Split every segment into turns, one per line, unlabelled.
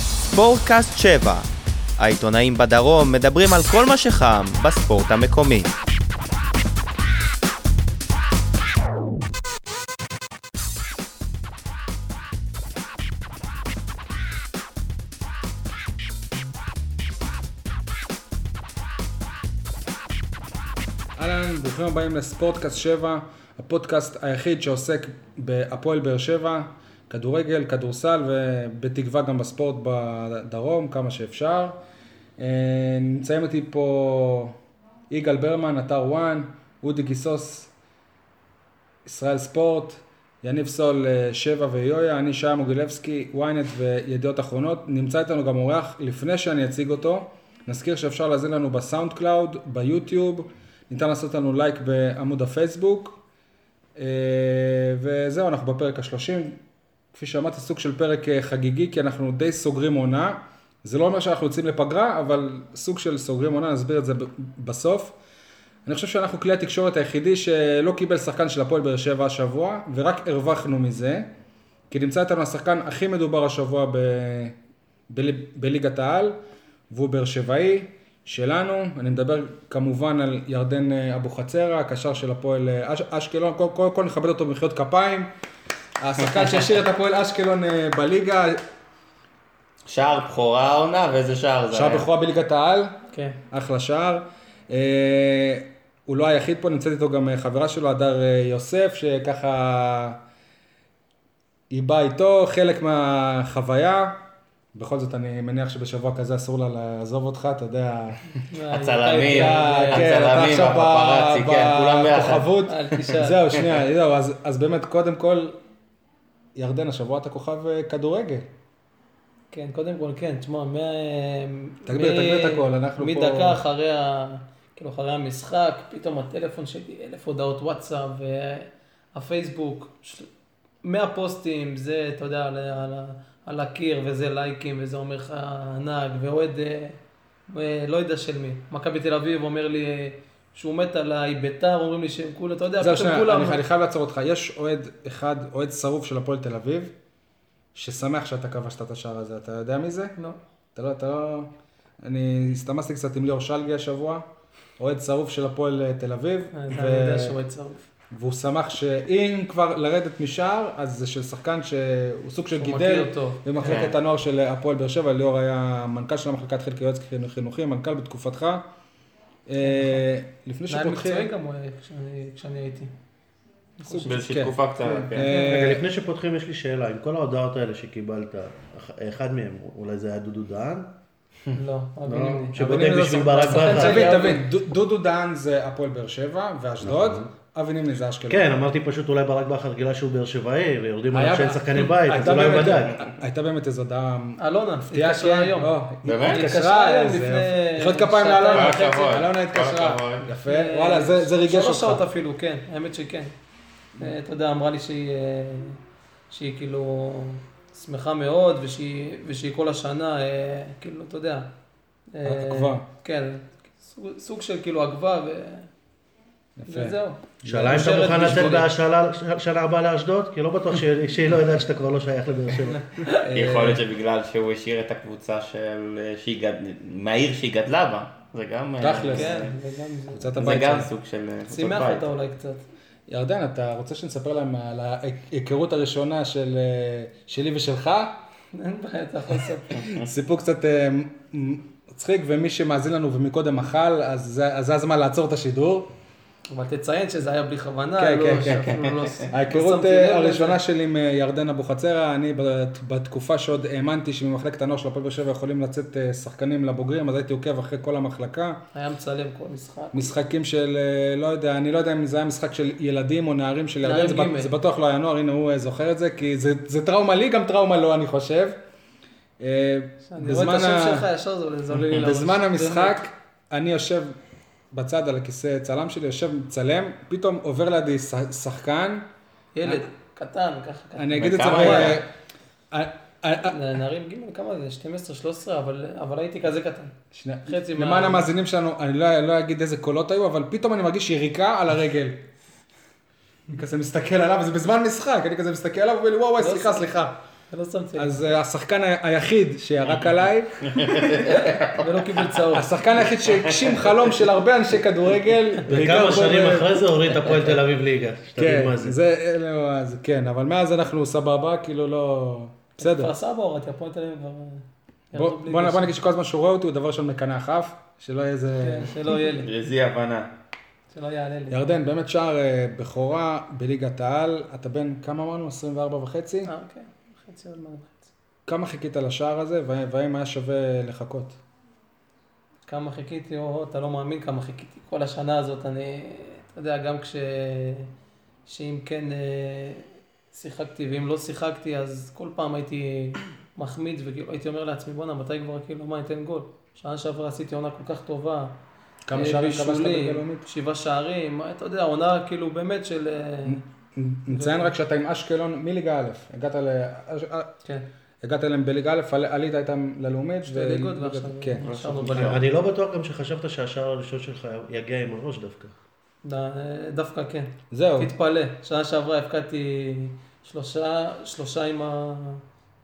ספורטקאסט 7. העיתונאים בדרום מדברים על כל מה שחם בספורט המקומי.
אהלן, ברוכים הבאים לספורטקאסט 7, הפודקאסט היחיד שעוסק בהפועל באר שבע, כדורגל, כדורסל ובתקווה גם בספורט בדרום, כמה שאפשר. אה, נמצאים איתי פה יגאל ברמן, אתר וואן, אודי גיסוס, ישראל ספורט, יניב סול אה, שבע ויויה, אני שעה מוגילבסקי, ynet וידיעות אחרונות. נמצא איתנו גם אורח לפני שאני אציג אותו. נזכיר שאפשר להזין לנו בסאונד קלאוד, ביוטיוב, ניתן לעשות לנו לייק בעמוד הפייסבוק. אה, וזהו, אנחנו בפרק ה-30. כפי שאמרתי, סוג של פרק אה, חגיגי, כי אנחנו די סוגרים עונה. זה לא אומר שאנחנו יוצאים לפגרה, אבל סוג של סוגרים עונה, נסביר את זה ב- בסוף. אני חושב שאנחנו כלי התקשורת היחידי שלא קיבל שחקן של הפועל באר שבע השבוע, ורק הרווחנו מזה, כי נמצא איתנו השחקן הכי מדובר השבוע ב... ב... בליגת העל, והוא באר שבעי, שלנו. אני מדבר כמובן על ירדן אה, אבוחצירא, הקשר של הפועל אה, אש... אשקלון, קודם כל, כל, כל נכבד אותו במחיאות כפיים. השחקן שהשאיר את הפועל אשקלון אה, בליגה,
שער בכורה העונה, ואיזה שער זה
שער בכורה בליגת העל.
כן.
אחלה שער. אה, הוא לא היחיד פה, נמצאת איתו גם אה, חברה שלו, הדר אה, יוסף, שככה היא באה איתו, חלק מהחוויה. בכל זאת, אני מניח שבשבוע כזה אסור לה לעזוב אותך, אתה יודע.
הצלמים,
אתה- כן, אתה
כן, הצלמים,
עכשיו ב-
הפפראצי, כן, כולם ביחד.
בכוכבות.
אל תשאל.
זהו, שנייה, זהו, אז- אז באמת, קודם כל, ירדן, השבוע אתה כוכב אה, כדורגל.
כן, קודם כל, כן, תשמע, מה...
תגביר,
מ-
תגביר את הכל, אנחנו פה-
מדקה אחרי ה... כאילו, אחרי המשחק, פתאום הטלפון שלי, אלף הודעות וואטסאפ, והפייסבוק, של- מאה פוסטים, זה, אתה יודע, על, ה- על, ה- על הקיר, וזה לייקים, וזה אומר לך נהג, ואוהד, אה, אה, לא יודע של מי, מכבי תל אביב אומר לי אה, שהוא מת עליי, ביתר, אומרים לי שהם כולם, אתה יודע,
זהו,
פתאום
שנייה,
כולם...
אני, אני חייב לעצור אותך. יש אוהד אחד, אוהד שרוף של הפועל תל אביב, ששמח שאתה כבשת את השער הזה. אתה יודע מי זה?
לא.
אתה לא, אתה לא... אני הסתמסתי קצת עם ליאור שלגי השבוע, אוהד שרוף של הפועל אה, תל אביב,
אז
ו-
אני יודע שהוא עד שרוף.
והוא שמח שאם כבר לרדת משער, אז זה של שחקן שהוא סוג של
שהוא
גידל
מכיר אותו.
במחלקת
כן.
הנוער של הפועל באר שבע. ליאור היה מנכ"ל של המחלקת חלקי יועץ חינוכי, מנכ"ל בתקופתך. אה, לפני
נכון. נהל מקצועי
שפותחים...
גם הוא היה כשאני- כשאני הייתי.
באיזושהי
כן.
תקופה קצרה, כן.
אה,
רגע, לפני שפותחים יש לי שאלה, עם כל ההודעות האלה שקיבלת, אח- אחד מהם, אולי זה היה דודו דהן?
לא, אבי
לא,
נמני.
אבל אם
שבודק
Hmm. לא
בשביל
זה-
ברק
השחקן
בכר.
שלי.
תבין, תבין, דו-
כן.
דודו דהן זה הפועל באר שבע ואשדוד,
נכון.
אבי נימני זה אשקלון.
כן, אמרתי פשוט אולי ברק בכר גילה שהוא באר שבעי, ויורדים
היה-
עליו שאין שחקני בית, אז
הייתה
אולי הוא
באמת-
בדק.
הייתה באמת איזו הודעה
אלונה,
מפתיעה
התקשרה
כן,
היום.
לא,
באמת?
היא
התקשרה
התקשרה,
היום
איזה
לפני
יופי. מחיאות כפיים
שעתיים
לאלונה,
וחצי.
כל הכבוד,
אלונה התקשרה,
כל הכבוד.
יפה, וואלה, זה זה ריגש
אה, שלוש שעות
אותך.
אפילו, כן, האמת שכן. אה, אתה יודע, אמרה לי שהיא, אה, שהיא כאילו שמחה מאוד, ושהיא, ושהיא כל השנה, אה, כאילו, אתה יודע. אה,
עקבה.
כן, סוג, סוג של כאילו עקבה, ו...
יפה.
וזהו.
שאלה אם אתה
מאושרת
מוכן לתת
בשבילי.
בהשאלה שנה הבאה לאשדוד? כי לא בטוח שהיא- שהיא לא יודעת שאתה כבר לא שייך לבאר שבע.
לא, אה,
יכול להיות שבגלל שהוא השאיר את הקבוצה של... אה, שהיא גד- מהעיר שהיא גדלה בה, זה גם... אה,
תכלס.
כן, וגם זה.
קבוצת
זה
הבית
גם
שלי.
סוג של... אה, קבוצת
שימח
בית.
אותה אולי קצת.
ירדן, אתה רוצה שנספר להם על ההיכרות הראשונה של, אה, שלי ושלך?
אין בעיה, אתה יכול לספר.
סיפור קצת אה, מ- מצחיק, ומי שמאזין לנו ומקודם אכל, אז זה- אז זה הזמן לעצור את השידור.
אבל תציין שזה היה בלי כוונה,
כן,
לא
כן, כן,
שאפילו לא-
ההיכרות
שמתי לב
אה,
לזה.
הראשונה שלי עם אה, ירדן אבוחצירא, אני בת- בתקופה שעוד האמנתי שממחלקת הנוער של הפועל באר שבע יכולים לצאת אה, שחקנים לבוגרים, אז הייתי עוקב אחרי כל המחלקה.
היה מצלם כל משחק.
משחקים של, אה, לא יודע, אני לא יודע אם זה היה משחק של ילדים או נערים של ירדן,
נערים
זה, בט-
ג'.
זה בטוח לא היה נוער, הנה הוא אה, זוכר את זה, כי זה, זה טראומה לי, גם טראומה לו, אני חושב. אה,
אני רואה את
ה-
השם שלך ישר, זה עולה- זה עולה לי לראש.
בזמן המשחק, אני יושב בצד על הכיסא צלם שלי, יושב מצלם, פתאום עובר לידי ש- שחקן,
ילד, קטן, ככה, ככה.
אני אגיד את זה,
וכמה
ב- אה,
היה?
אה, אה,
נערים ג' כמה זה? 12, 13, אבל אבל הייתי כזה קטן.
שנייה.
חצי מה-
למען המאזינים שלנו, אני לא לא אגיד איזה קולות היו, אבל פתאום אני מרגיש יריקה על הרגל. אני כזה מסתכל עליו, זה בזמן משחק, אני כזה מסתכל עליו, ואומר לי, וואו, וואי, סליחה, סליחה.
לא שמתי לב.
אז אה, השחקן ה- היחיד שירק עליי,
ולא קיבל צהוב.
השחקן היחיד שהגשים חלום של הרבה אנשי כדורגל. בעיקר
וכמה שנים
פה ב-
אחרי זה הוריד את הפועל תל אביב ליגה, שתבין
כן,
מה זה.
זה, אלו, אז כן, אבל מאז אנחנו סבבה, כאילו לא... בסדר.
כפר סבא הורדתי, הפועל תל אביב כבר...
בוא
ירדו בלי
בוא-
קשר.
בוא נגיד שכל הזמן שהוא רואה אותי הוא דבר ראשון מקנח אף, שלא יהיה איזה...
כן, שלא יהיה לי,
לזי הבנה.
שלא יעלה לי.
ירדן, באמת שער אה, בכורה בליגת העל, אתה בן כמה אמרנו? 24 וחצי?
אה, אוקיי. חצי עוד מעט.
כמה חיכית לשער הזה, וה- והאם היה שווה לחכות?
כמה חיכיתי, או אתה לא מאמין כמה חיכיתי. כל השנה הזאת, אני, אתה יודע, גם כש... שאם כן אה, שיחקתי ואם לא שיחקתי, אז כל פעם הייתי מחמיץ, וכאילו הייתי אומר לעצמי, בואנה, מתי כבר, כאילו, מה, ניתן גול? שנה שעברה עשיתי עונה כל כך טובה.
כמה
אה,
שערים כבשת
בישולים,
בגלומית?
שבעה שערים, אתה יודע, עונה כאילו באמת של... אה,
נציין רק שאתה עם אשקלון מליגה א', הגעת ל... אש- אה,
כן,
הגעת אליהם בליגה א', עלי- עלית איתם ללאומית.
שתי
ו-
ליגות ועכשיו
כן.
נשארנו בליגה.
אני לא בטוח גם שחשבת שהשער הראשון שלך יגיע עם הראש דווקא.
ד- דווקא כן.
זהו.
תתפלא, שנה שעברה הפקדתי שלושה, שלושה עם ה...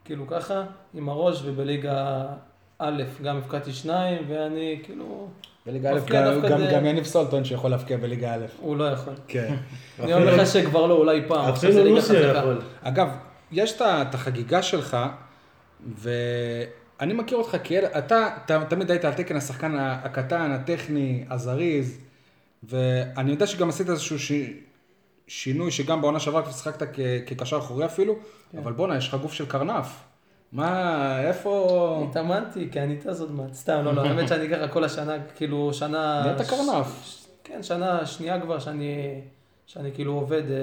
כאילו ככה, עם הראש, ובליגה א' גם הפקדתי שניים, ואני כאילו,
בליגה א',
מפקיע
גם-
דווקא
גם
זה-
גם יניב סולטון שיכול להפקיע בליגה א'.
הוא לא יכול.
כן.
אני אומר לך שכבר לא, אולי פעם. עכשיו זה
אפילו
ליגה
לוסיו
חזקה.
יכול.
אגב, יש את ה- את החגיגה שלך, ואני מכיר אותך כי אתה ת- תמיד היית על תקן השחקן ה- הקטן, הטכני, הזריז, ואני יודע שגם עשית איזשהו ש... שינוי, שגם בעונה שעברה כבר שיחקת כ... כקשר אחורי אפילו,
כן.
אבל בואנה, יש לך גוף של קרנף. מה, איפה...
התאמנתי, כי אני טס עוד מעט. סתם, לא, לא, האמת שאני ככה כל השנה, כאילו, שנה...
נהיית קרנף.
ש- כן, שנה שנייה כבר, שאני, שאני כאילו עובד, אה,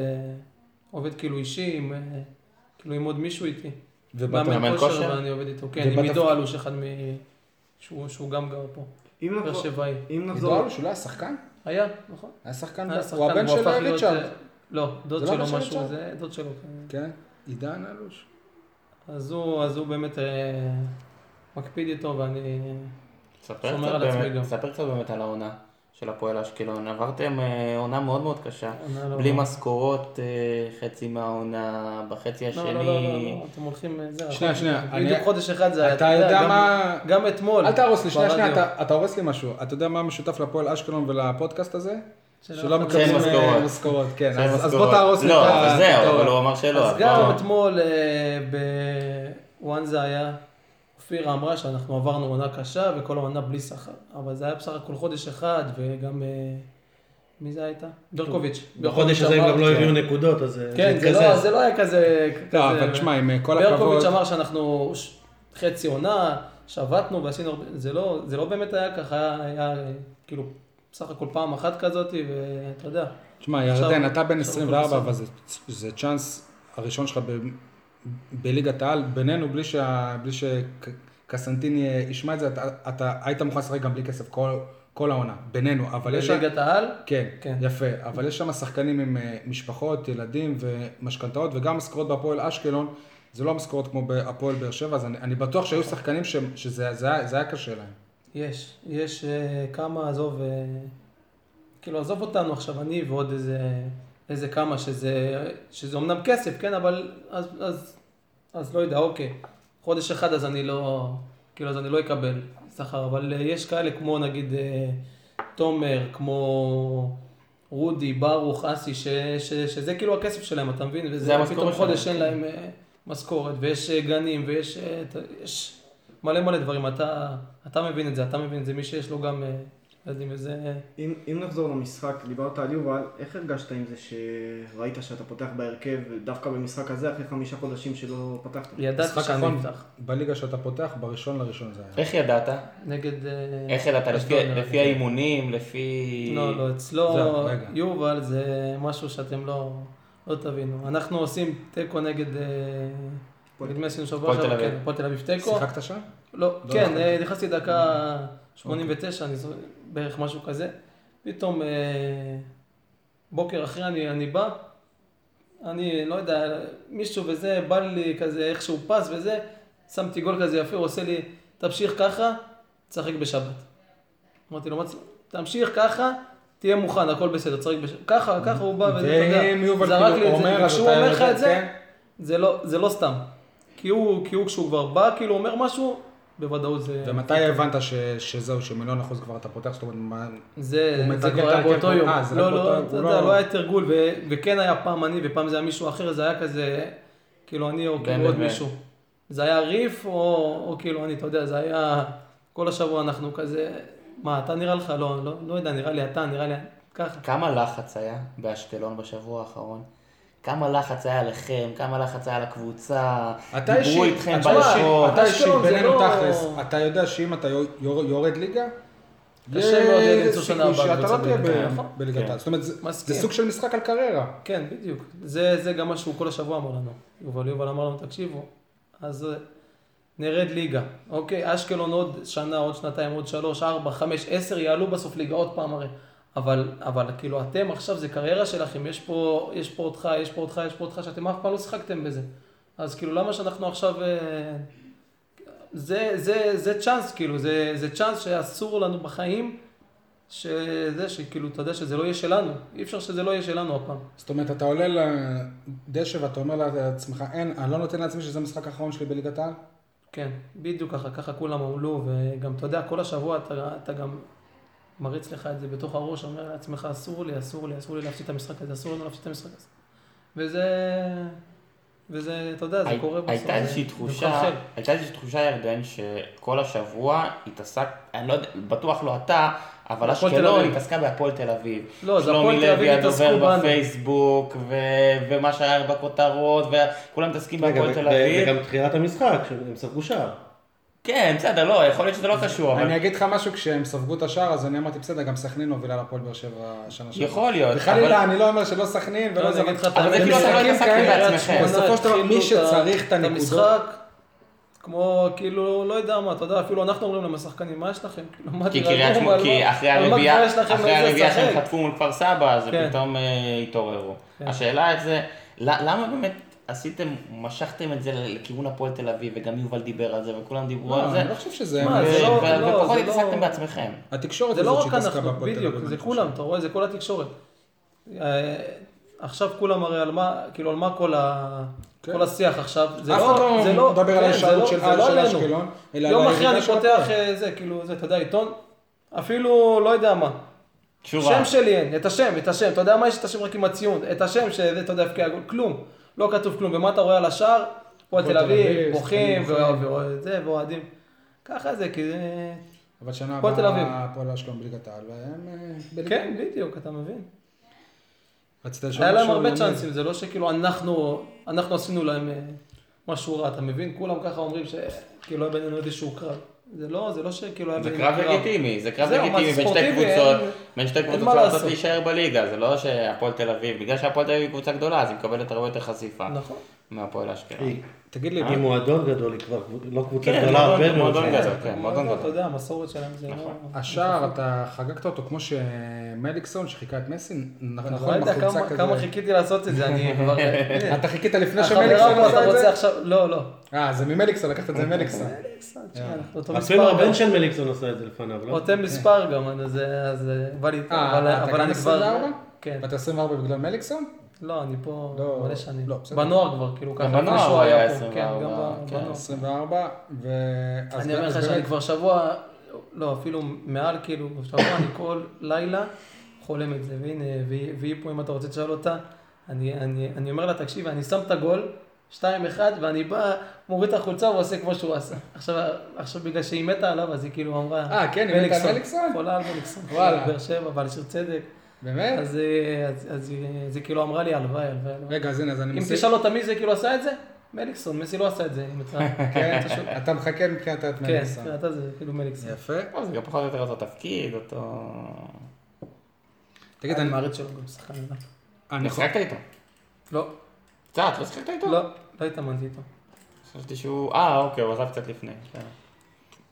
עובד כאילו אישי, עם, אה, כאילו עם עוד מישהו איתי.
ובאת-
מאמן
מאמן
כושר?
כושר ואני עובד איתו, כן, עם
ובתפקיד-
עידו אלוש, אחד מ... שהוא שהוא גם גר פה,
אם
באר
נחזור,
שבעי.
אם
עידו
נחזור,
אלוש, הוא לא היה שחקן?
היה, נכון.
היה שחקן?
היה שחקן,
הוא הבן של
הפך להיות,
ריצ'רד.
אה, לא,
זה
דוד
לא
שלו
הבן של
משהו,
ריצ'רד?
זה דוד שלו. כן.
כן, עידן אלוש.
אז הוא אז הוא באמת אה, מקפיד איתו, ואני...
ספר
שומר
קצת
על עצמי
באמת-
גם.
ספר קצת באמת על העונה של הפועל אשקלון. עברתם אה, עונה מאוד מאוד קשה.
עונה לא-
בלי משכורות, אה, חצי מהעונה, בחצי
לא, לא, לא, לא,
השני.
לא, אתם הולכים... אה, זה,
אה, שנייה,
רחוק.
שנייה,
בדיוק
אני-
חודש אחד זה היה.
אתה יודע
גם-
מה-
גם אתמול.
אל תהרוס לי, שנייה,
ברדיו.
שנייה, אתה- אתה הורס לי משהו. אתה יודע מה משותף לפועל אשקלון ולפודקאסט הזה?
שלא
שלא
אכלנו.
מקבלים
שאין משכורות.
אה, משכורות, כן.
שאין
אז אז בוא
משכורות.
תהרוס לי את
לא,
ה-
אבל זהו, אבל
התיאוריה.
הוא אמר שלא.
אז
אז
גם
בוא-
אתמול אה, בוואן זה היה, אופירה אמרה שאנחנו עברנו עונה קשה וכל העונה בלי שכר. אבל זה היה בסך הכל חודש אחד, וגם... אה, מי זה הייתה? ברקוביץ'. ברקוביץ'
בחודש הזה הם
אמר-
גם לא הביאו נקודות, אז זה
כן, זה לא-
מתקזז.
זה לא היה כזה...
לא,
כזה-
אבל תשמע, עם אה, כל
ברקוביץ'
הכבוד,
אמר שאנחנו ש- חצי עונה, שבתנו ועשינו הרבה, זה לא, זה לא באמת היה ככה, היה, היה כאילו בסך הכל פעם אחת כזאת, ואתה יודע,
תשמע,
עכשיו-
ירדן, אתה בן
עכשיו
24,
הכל
אבל זה- זה צ'אנס הראשון שלך ב- בליגת העל, בינינו, בלי שה- בלי שקסנטיני ישמע את זה, אתה- אתה היית מוכן לשחק גם בלי כסף כל- כל העונה, בינינו, אבל יש...
בליגת העל,
כן,
כן.
יפה, אבל יש שם שחקנים עם אה, משפחות, ילדים ומשכנתאות, וגם משכורות בהפועל אשקלון, זה לא משכורות כמו בהפועל באר שבע, אז אני, אני בטוח
נכון.
שהיו שחקנים ש, שזה זה היה, זה היה קשה להם.
יש, יש אה, כמה, עזוב, אה, כאילו עזוב אותנו עכשיו, אני ועוד איזה, איזה כמה, שזה, שזה אמנם כסף, כן, אבל אז, אז, אז לא יודע, אוקיי, חודש אחד אז אני לא, כאילו אז אני לא אקבל שכר, אבל אה, יש כאלה כמו נגיד אה, תומר, כמו רודי, ברוך, אסי, ש, ש, שזה כאילו הכסף שלהם, אתה מבין? וזה
המשכורת
פתאום
שלהם.
חודש אין להם אה, משכורת, ויש אה, גנים, ויש... אה, ת- יש... מלא מלא דברים, אתה, אתה מבין את זה, אתה מבין את זה, מי שיש לו גם אה, ילדים וזה...
אם אם נחזור למשחק, דיברת על יובל, איך הרגשת עם זה שראית שאתה פותח בהרכב, דווקא במשחק הזה, אחרי חמישה חודשים שלא פתחת?
ידעתי
משחק
שאני
אחרון
אפתח.
בליגה שאתה פותח, בראשון לראשון זה היה.
איך ידעת?
נגד... אה,
איך ידעת? לפי-
אשדוד, נראה לי.
לפי האימונים, לפי...
לא, לא, אצלו,
זהו, רגע.
יובל זה משהו שאתם לא, לא תבינו. אנחנו עושים תיקו נגד... אה, נגד מי עשינו שבוע
הפועל
שעבר,
תל אביב.
כן, הפועל תל אביב תיקו.
שיחקת שם?
לא,
לא
כן,
נכון.
אה, נכנסתי דקה 89, אני זו- בערך משהו כזה. פתאום אה, בוקר אחרי אני, אני בא, אני לא יודע, מישהו וזה, בא לי כזה איכשהו פס וזה, שמתי גול כזה יפה, הוא עושה לי, תמשיך ככה, תשחק בשבת. אמרתי לו, "מה צ- תמשיך ככה. תהיה מוכן, הכל בסדר, צריך בש... ככה, ככה הוא בא וזה, אתה יודע,
ואם יובל
זרק
כאילו
לי את זה,
אומר, אז
וכשהוא
אתה
אומר לך
יודע,
את זה,
כן.
זה לא, זה לא סתם. כי כי הוא, כי הוא כשהוא כבר בא, כאילו אומר משהו, בוודאות זה...
כן. ומתי הבנת ש- שזהו, שמיליון אחוז כבר אתה פותח? זאת אומרת, מה...
זה,
הוא
זה
מתרגם את
כבר היה
ההרכב
באותו
כבר-
יום.
אה, זה רק
לא,
באותו
לא,
יום,
אתה
הוא
יודע,
לא-
לא היה תרגול, ו- וכן היה פעם אני ופעם זה היה מישהו אחר, זה היה כזה, כאילו אני או כאילו
בין
עוד
לבין.
מישהו. זה היה ריף או, או כאילו אני, אתה יודע, זה היה, כל השבוע אנחנו כזה, מה, אתה נראה לך? לא, לא, לא יודע, נראה לי אתה, נראה לי ככה.
כמה לחץ היה באשקלון בשבוע האחרון? כמה לחץ היה עליכם? כמה לחץ היה על הקבוצה?
אתה אישית,
דיברו איתכם
אתה
בלשון?
אישית, אתה אישית,
אשקלון זה
בינינו
לא-
תכלס, אתה יודע שאם אתה יור- יור- יורד ליגה,
קשה מאוד למצוא
סיכוי
שנה הבאה
שאתה
קבוצה
לא תהיה
בליגה.
ב-
נכון.
בליגת
כן.
העל. זאת אומרת, זה- זה
מסכים.
סוג של משחק על קריירה.
כן, בדיוק. זה, זה גם מה שהוא כל השבוע אמר לנו. יובל יובל אמר לנו, תקשיבו, אז אה, נרד ליגה. אוקיי, אשקלון עוד שנה, עוד שנתיים, עוד שלוש, ארבע, חמש, עשר, יעלו בסוף ליגה עוד פעם הרי. אבל, אבל כאילו אתם עכשיו, זה קריירה שלכם, יש פה, יש פה אותך, יש פה אותך, יש פה אותך, שאתם אף פעם לא שיחקתם בזה. אז כאילו למה שאנחנו עכשיו... אה, זה, זה, זה צ'אנס, כאילו, זה, זה צ'אנס שאסור לנו בחיים, שזה, שכאילו, אתה יודע שזה לא יהיה שלנו. אי אפשר שזה לא יהיה שלנו הפעם.
זאת אומרת, אתה עולה לדשא ואתה אומר לעצמך, אין, אני לא נותן לעצמי שזה המשחק האחרון שלי בליגת העל?
כן, בדיוק ככה, ככה כולם עמלו, וגם אתה יודע, כל השבוע אתה, אתה גם מריץ לך את זה בתוך הראש, אומר לעצמך, אסור לי, אסור לי, אסור לי להפסיד את המשחק הזה, אסור לנו להפסיד את המשחק הזה. וזה, וזה, אתה יודע, זה
הי-
קורה בסוף.
הייתה
זה-
איזושהי
זה
תחושה,
מחלחל.
הייתה איזושהי תחושה, ירדן, שכל השבוע התעסק, אני לא יודע, בטוח לא אתה, אבל
הפועל תל
אשקלון
אביב.
התעסקה בהפועל תל אביב.
לא, זה הפועל תל אביב התעסקו
שלומי לוי הדובר
בנו.
בפייסבוק, ו- ומה שהיה בכותרות, וכולם מתעסקים
רגע,
בהפועל
ו-
תל
ו-
אביב.
וגם תחילת המשחק, שהם ספגו שער.
כן, בסדר, לא, יכול להיות שזה לא קשור, אבל
אני אגיד לך משהו, כשהם ספגו את השער, אז אני אמרתי, בסדר, גם סכנין הובילה להפועל באר שבע שנה שעברה.
יכול להיות,
וחלילה,
אבל-
אני לא אומר שלא סכנין
לא,
ולא
אני
זה,
אגיד לך,
אבל זה כאילו
במשחקים
אתם לא התעסקתם
כאלה,
בעצמכם.
קריית שמונה,
בסופו של דבר,
התחילו
מי שצריך את הנקודות-
כאילו, המשחק, כמו, כאילו, לא יודע מה, אתה יודע, אפילו אנחנו אומרים לשחקנים, מה יש לכם? כאילו, מה
כי
תירגעו,
קריית
מה-
שמונה, כי
מה-
אחרי
מה כבר
הרביעייה,
יש לכם
אחרי
לזה
הרביעייה
לשחק?
שהם חטפו מול כפר סבא, אז
כן.
פתאום אה, התעוררו.
כן.
השאלה איך זה, ל- למה באמת עשיתם, משכתם את זה לכיוון הפועל תל אביב, וגם יובל דיבר על זה, וכולם דיברו על
לא,
זה,
אני לא חושב שזה...
מה, זה
ו-
לא-
ו-
זה לא-
ופחות
זה לא-
התעסקתם בעצמכם.
התקשורת
זה לא
הזאת
רק
שהתעסקה
אנחנו,
בהפועל תל אביב.
בדיוק, זה
אני חושב.
כולם, אתה רואה? זה כל התקשורת. אה, עכשיו כולם הרי על מה, כאילו על מה כל, ה...
כן.
כל השיח עכשיו, זה
אף
לא,
אחד לא
זה לא,
מדבר על
כן, זה
ההישארות
לא-
של-
זה
של
לא עלינו.
אשקלון, אלא על
יום
הירידה
אחרי אני
של
פותח
הפועל.
אה, זה, כאילו, זה, אתה יודע, עיתון, אפילו, לא יודע מה,
שורה.
שם שלי אין, את השם, את השם, אתה יודע מה יש? את השם רק עם הציון, את השם שזה, אתה יודע, הבקיע גול, כלום, לא כתוב כלום, ומה אתה רואה על השער? הפועל תל אביב, בוכים,
שחקנים
ואוה- ואוה- זה, ואוהדים, ככה זה, כי זה...
אבל שנה
הפועל תל אביב.
הבאה הפועל אשקלון בליגת העל, והם... אה, בליגת-
כן, בדיוק, אתה מבין.
רצית לשאול
היה להם
משהו,
הרבה
יניב?
צ'אנסים, זה לא שכאילו אנחנו, אנחנו עשינו להם אה, משהו רע, אתה מבין? כולם ככה אומרים שכאילו היה בינינו איזשהו קרב. זה לא, זה לא שכאילו היה
זה
בינינו
קרב לגיטימי, זה קרב
זהו, מה,
לגיטימי בין שתי
ספורטיבי,
קבוצות,
אין-
בין שתי
אין
קבוצות
מה
שרוצות
לעשות.
להישאר בליגה, זה לא שהפועל תל אביב, בגלל שהפועל תל אביב היא קבוצה גדולה, אז היא מקבלת הרבה יותר חשיפה
נכון.
מהפועל אשקלון.
היא
תגיד לי,
היא מועדון גדול, היא כבר לא קבוצה
כן,
גדולה
מועדון-
הרבה מאוד.
מועדון
שנים.
גדול, כן, מועדון
לא, אתה
גדול. נכון.
יודע, המסורת שלהם זה לא...
השער, אתה חגגת אותו כמו שמליקסון שחיכה את מסי, נ-
אתה
נכון,
לא
עם
יודע
החולצה
כמה-
כזה.
כמה חיכיתי לעשות את זה, אני כבר...
כן.
הנה,
אתה חיכית לפני
החברה
שמליקסון
אמרה, אתה
עשה את
רוצה
זה?
עכשיו... לא, לא.
אה, זה ממליקסון, לקחת את זה ממליקסון.
תשמע, אנחנו
אפילו
אותו מספר גם.
הבן של מליקסון עשה את זה לפניו, לא?
כן.
אותם מספר גם, אז אה, אז, אה, בא לי...
אה,
אבל-
אתה
אבל
גם
אני כבר-
24?
כן.
אתה 24 בגלל מליקסון?
לא, אני פה
לא,
מלא שנים.
לא, בסדר.
בנוער כבר, כאילו ככה.
בנוער
לפני שהוא
הוא
היה
היה
פה,
24,
כן, גם ב-
כן.
בנוער.
24, ו... אז
אני אומר לך
באמת-
שאני כבר שבוע, לא, אפילו מעל, כאילו, שבוע אני כל לילה חולם את זה, והנה, והיא- והיא פה, אם אתה רוצה תשאל אותה, אני- אני אני אומר לה, תקשיבי, אני שם את הגול, 2-1, ואני בא, מוריד את החולצה ועושה כמו שהוא עשה. עכשיו, עכשיו בגלל שהיא מתה עליו, אז היא כאילו אמרה...
אה, כן, היא מתה על
"מליקסון".
מליקסון?
חולה על מליקסון.
וואלה.
באר שבע, ועל שיר צדק.
באמת?
אז אה, אז- אז היא- אז היא כאילו אמרה לי, הלוואי, הלוואי, הלוואי.
רגע, אז הנה, אז אני
אם
מסיק.
תשאל אותה מי זה כאילו עשה את זה, מליקסון, מסי לא עשה את זה, אם אתה...
כן,
אתה שואל.
אתה מחכה מבחינת את
כן,
מליקסון.
אתה זה כאילו מליקסון.
יפה.
פה זה גם פחות או יותר אותו תפקיד, אותו...
תגיד,
אני
אני...
מעריץ שלו גם שחקן ענק.
אני חו-
שיחקת איתו.
לא,
קצת, לא שיחקת איתו?
לא, לא התאמנתי איתו.
חשבתי שהוא... אה, אוקיי, הוא עזב קצת לפני. כן.
לא,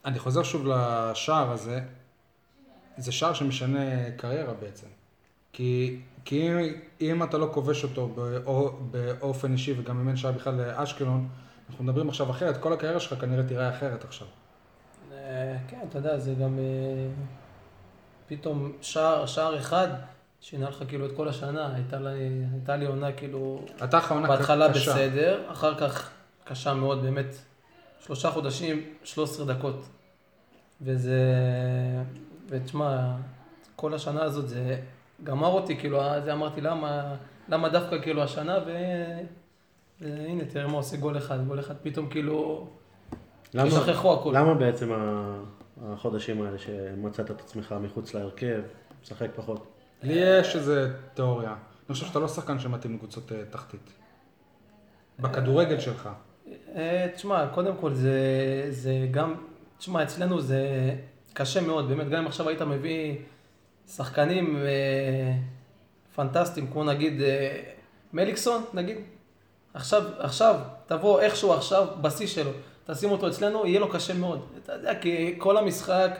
אני חוזר שוב לשער הזה. זה שער שמשנה קריירה בעצם. כי, כי אם, אם אתה לא כובש אותו באו, באופן אישי וגם אם אין שער בכלל לאשקלון, אנחנו מדברים עכשיו אחרת, כל הקריירה שלך כנראה תיראה אחרת עכשיו.
אה, כן, אתה יודע, זה גם אה, פתאום שער, שער אחד, שינה לך כאילו את כל השנה, הייתה לי- הייתה לי עונה כאילו,
אתה אחרונה
בהתחלה בסדר, אחר כך קשה מאוד באמת. שלושה חודשים, 13 דקות. וזה... ותשמע, כל השנה הזאת זה גמר אותי, כאילו, אז אמרתי למה, למה דווקא כאילו השנה, ו... והנה, תראה מה עושה גול אחד, גול אחד פתאום כאילו...
למה-
שכחו הכול.
למה בעצם ה- החודשים האלה שמצאת את עצמך מחוץ להרכב, משחק פחות?
לי יש איזה תיאוריה. אני חושב שאתה לא שחקן שמתאים לקבוצות אה, תחתית. בכדורגל שלך.
אה, תשמע, קודם כל זה, זה גם, תשמע, אצלנו זה קשה מאוד, באמת, גם אם עכשיו היית מביא שחקנים אה, פנטסטיים, כמו נגיד אה, מליקסון, נגיד, עכשיו, עכשיו, תבוא איכשהו עכשיו, בשיא שלו, תשים אותו אצלנו, יהיה לו קשה מאוד. אתה יודע, כי כל המשחק,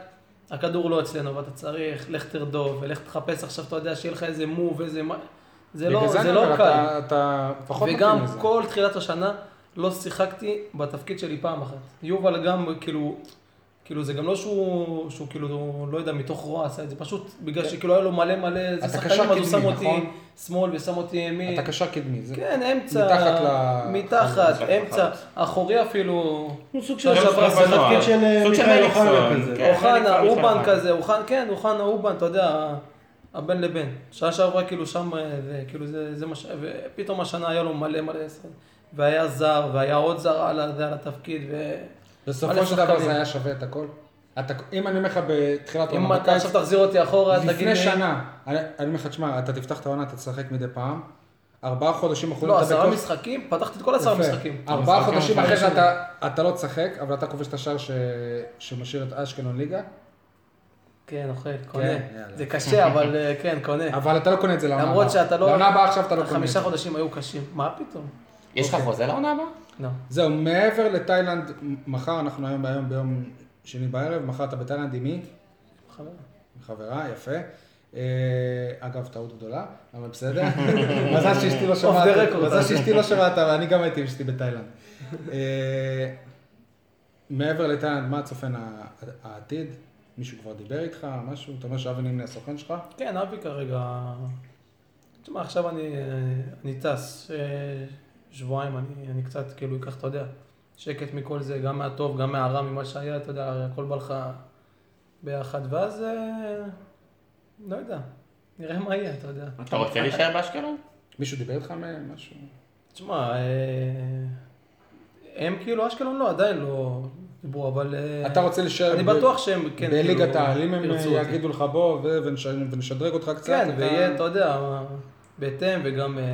הכדור לא אצלנו, ואתה צריך, לך תרדוף, ולך תחפש עכשיו, אתה יודע, שיהיה לך איזה מוב, איזה... מה- זה לא,
בגלל
זה
אני
לא
אומר,
קל.
אתה- אתה פחות
וגם
מתאים לזה.
כל תחילת השנה לא שיחקתי בתפקיד שלי פעם אחת. יובל גם כאילו, כאילו זה גם לא שהוא, שהוא כאילו, לא יודע, מתוך רוע עשה את זה, פשוט בגלל שכאילו היה לו מלא מלא,
כן. אתה
זה
קשר
שחקנים, אז הוא שם
קדמי,
אותי
נכון?
שמאל ושם אותי ימין.
אתה קשר קדמי. זה-
כן, אמצע,
מתחת ל-
מתחת,
משחק
אמצע,
בחוץ.
אחורי אפילו,
הוא סוג
לא, זה משחק בנוער.
תפקיד של אה,
סוג של
מיכאל אוחנה
מליקסון,
כזה.
כן,
אוחנה,
מליקסון,
אובן
אוחנה.
כזה, אוחנה, כן, אוחנה, אובן, אתה יודע, הבן לבן. שעה שעברה כאילו שם, אה, זה, כאילו זה, זה מה ש... ופתאום השנה היה לו מלא מלא עשרה. והיה זר, והיה עוד זר על, ה- זה, על התפקיד, ו...
בסופו
מלא
של דבר
שחקנים.
זה היה שווה את הכל. אתה- אם אני אומר לך בתחילת
אם
עונת
אתה
הקיץ,
עכשיו תחזיר אותי אחורה, תגיד...
לפני
לי-
שנה, אני אני אומר לך, תשמע, אתה תפתח את העונה, אתה תשחק מדי פעם, ארבעה חודשים אחרונים
לא,
אתה
עשרה
בכושר-
משחקים, פתחתי את כל עשרה
יפה.
משחקים.
ארבעה
המשחקים
חודשים אחרי זה
החדשים.
אתה- אתה לא תשחק, אבל אתה כובש את השער ש- שמשאיר את אשקלון ליגה,
כן, אוכל, קונה.
יאללה.
זה קשה, אבל אה, כן, קונה.
אבל אתה לא קונה את זה לעונה הבאה.
למרות שאתה לא...
לעונה הבאה עכשיו אתה לא קונה את
חמישה
זה.
חודשים היו קשים. מה פתאום?
יש לך חוזה לעונה הבאה?
לא.
זהו, מעבר לתאילנד, מחר, אנחנו היום היום ביום שני בערב, מחר אתה בתאילנד עם מי?
חבל.
עם חברה, יפה. אה, אגב, טעות גדולה, אבל בסדר. מזל שאשתי לא
Off the
שמעת,
record.
מזל שאשתי לא שמעת, אבל אני גם הייתי עם אשתי בתאילנד. אה, מעבר לתאילנד, מה צופן ה- העתיד? מישהו כבר דיבר איתך, משהו? אתה אומר שאבי נימני הסוכן שלך?
כן, אבי כרגע... תשמע, עכשיו אני, אה, אני טס אה, שבועיים, אני, אני קצת כאילו אקח, אתה יודע, שקט מכל זה, גם מהטוב, גם מהרע, ממה שהיה, אתה יודע, הרי הכל בא לך ביחד, ואז... אה, לא יודע, נראה מה יהיה, אתה יודע.
אתה רוצה להישאר באשקלון?
מישהו דיבר איתך מ- משהו?
תשמע, אה, הם כאילו, אשקלון לא, עדיין לא דיברו, אבל... אה,
אתה רוצה להישאר
אני
ב-
בטוח שהם, כן,
בליגת העל, אם הם אה,
ירצו כן. אותי.
יגידו לך בוא ו- ונש- ונשדרג אותך קצת.
כן,
אתה-
ויהיה, אתה יודע, בהתאם, וגם, אה,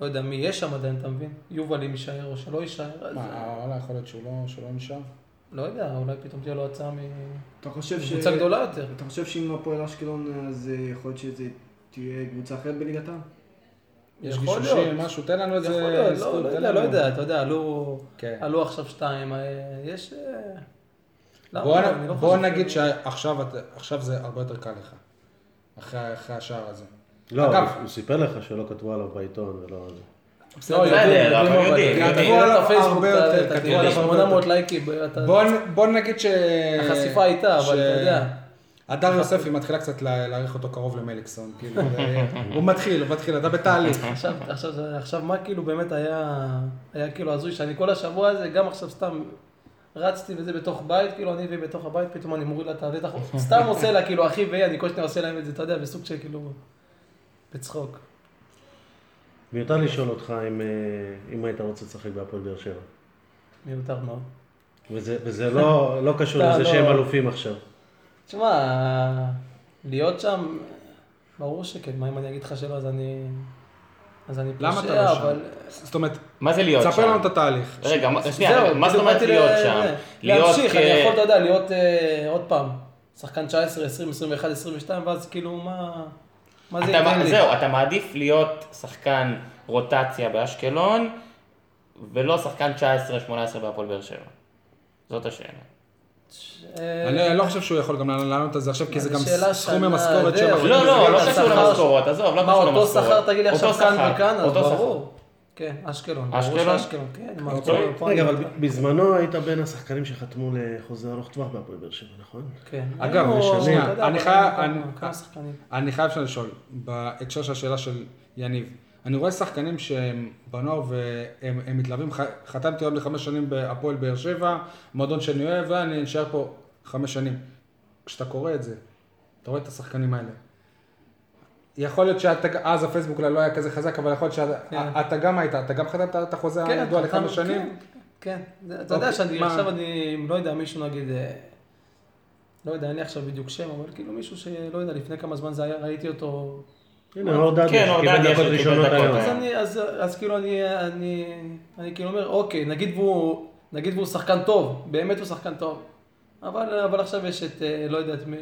לא יודע מי יהיה שם עדיין, אתה מבין? יובל אם יישאר או שלא יישאר, אז
מה, וואלה, יכול להיות שהוא לא- שהוא לא נשאר?
לא יודע, אולי פתאום תהיה לו הצעה
אתה חושב ש...
אה,
מקבוצה גדולה יותר.
אתה חושב שאם הפועל אשקלון, אז אה, יכול להיות שזה תהיה קבוצה אחרת בליגת
אה,
העל?
יש
יכול
גישושים,
להיות.
משהו, תן לנו איזה...
יכול להיות,
סקופ,
לא, לא
תן
יודע,
לנו.
לא יודע, אתה יודע, עלו
כן.
עלו עכשיו שתיים, אה, יש... אה, למה
בוא,
לא, אני לא
בוא
חושב
נגיד
ש-
שעכשיו את- עכשיו זה הרבה יותר קל לך, אחרי, אחרי השער הזה.
לא,
אגב,
הוא- הוא סיפר לך שלא כתבו עליו בעיתון ולא... זה.
בסדר,
בסדר, אבל
לא, אבל-
יודעים,
תראה את
יודעים.
עליו
הפייסבוק,
כן, הרבה
אתה-
יותר,
אתה
כתבו
תראה,
עליו
800 לייקים, אתה-
בוא, נ- בוא נגיד ש...
לא- החשיפה הייתה, אבל אתה יודע.
הדר יוספי מתחילה קצת לה- להעריך אותו קרוב למליקסון, כאילו, זה- הוא מתחיל, הוא מתחיל, אתה בתהליך.
עכשיו, עכשיו, זה- עכשיו, מה כאילו באמת היה, היה כאילו הזוי, שאני כל השבוע הזה, גם עכשיו סתם רצתי וזה בתוך בית, כאילו אני והיא בתוך הבית, פתאום אני מוריד לה את הדלת, החוצה. סתם עושה לה, כאילו אחי והיא, אני כל שניה עושה להם את זה, אתה יודע, בסוג של כאילו, בצחוק.
מיותר לשאול אותך אם, אה, אם היית רוצה לשחק בהפועל באר שבע.
מיותר מאוד.
וזה, וזה לא, לא קשור
אתה
לזה
לא-
שהם אלופים עכשיו.
תשמע, להיות שם, ברור שכן, מה אם אני אגיד לך שלא, אז אני, אז אני
למה אתה
פושע,
לא שם?
אבל...
זאת אומרת,
מה זה להיות לא, שם?
ספר לנו את התהליך.
רגע, מה- שנייה,
זהו,
מה זאת
בדיוק
אומרת
באתי ל-
להיות שם? להיות
להמשיך,
כ-
אני יכול, אתה יודע, להיות אה, עוד פעם, שחקן 19, 20, 21, 22, ואז כאילו, מה מה זה
אתה
ייתן
מע-
לי?
זהו, אתה מעדיף להיות שחקן רוטציה באשקלון, ולא שחקן 19-18 בהפועל באר שבע. זאת השאלה.
אה,
אני לא חושב שהוא יכול גם לענות על זה עכשיו, כי זה גם
שאלה
סכומי
שנה,
משכורת
זהו.
שהם
לא, לא,
זה
לא
גם
קשור
השכר.
למשכורות, עזוב, לא
מה,
קשור
אותו
למשכורות.
שכר, תגיד לי
אותו
עכשיו כאן
שכר,
וכאן, אז
אותו
ברור. כן, אשקלון.
אשקלון?
ברור שאשקלון, כן. מה,
אוקיי.
פה
רגע,
אני-
אבל ב- בזמנו היית בין השחקנים שחתמו לחוזה ארוך טווח בהפועל באר שבע, נכון?
כן.
אגב,
או,
שנייה,
אתה יודע,
אני
אבל
חייב-
כמה-
אני-
כמה שחקנים.
אני חייב לשאול, בהקשר של השאלה של יניב, אני רואה שחקנים שהם בנוער והם הם מתלהבים, ח- חתמתי היום לחמש שנים בהפועל באר שבע, מועדון שאני אוהב, ואני נשאר פה חמש שנים. כשאתה קורא את זה, אתה רואה את השחקנים האלה. יכול להיות שאז הפייסבוק אולי לא היה כזה חזק, אבל יכול להיות שאתה גם היית, אתה גם חתמת את החוזה הידוע
כן. אתה-
לחמש שנים?
כן, כן, זה- אתה יודע
אוקיי,
שאני
מה?
עכשיו, אני לא יודע, מישהו נגיד, אה, לא יודע, אין לי עכשיו בדיוק שם, אבל כאילו מישהו שלא יודע, לפני כמה זמן זה היה, ראיתי אותו,
הנה, אור דדיה,
כן, אור
שקיבל
דדיה
דקות אה.
שקיבל
ראשונות
דקות
היום.
היום.
אז אני, אז, אז כאילו אני, אני, אני כאילו אומר, אוקיי, נגיד והוא, נגיד והוא שחקן טוב, באמת הוא שחקן טוב, אבל, אבל עכשיו יש את, אה, לא יודע את מי,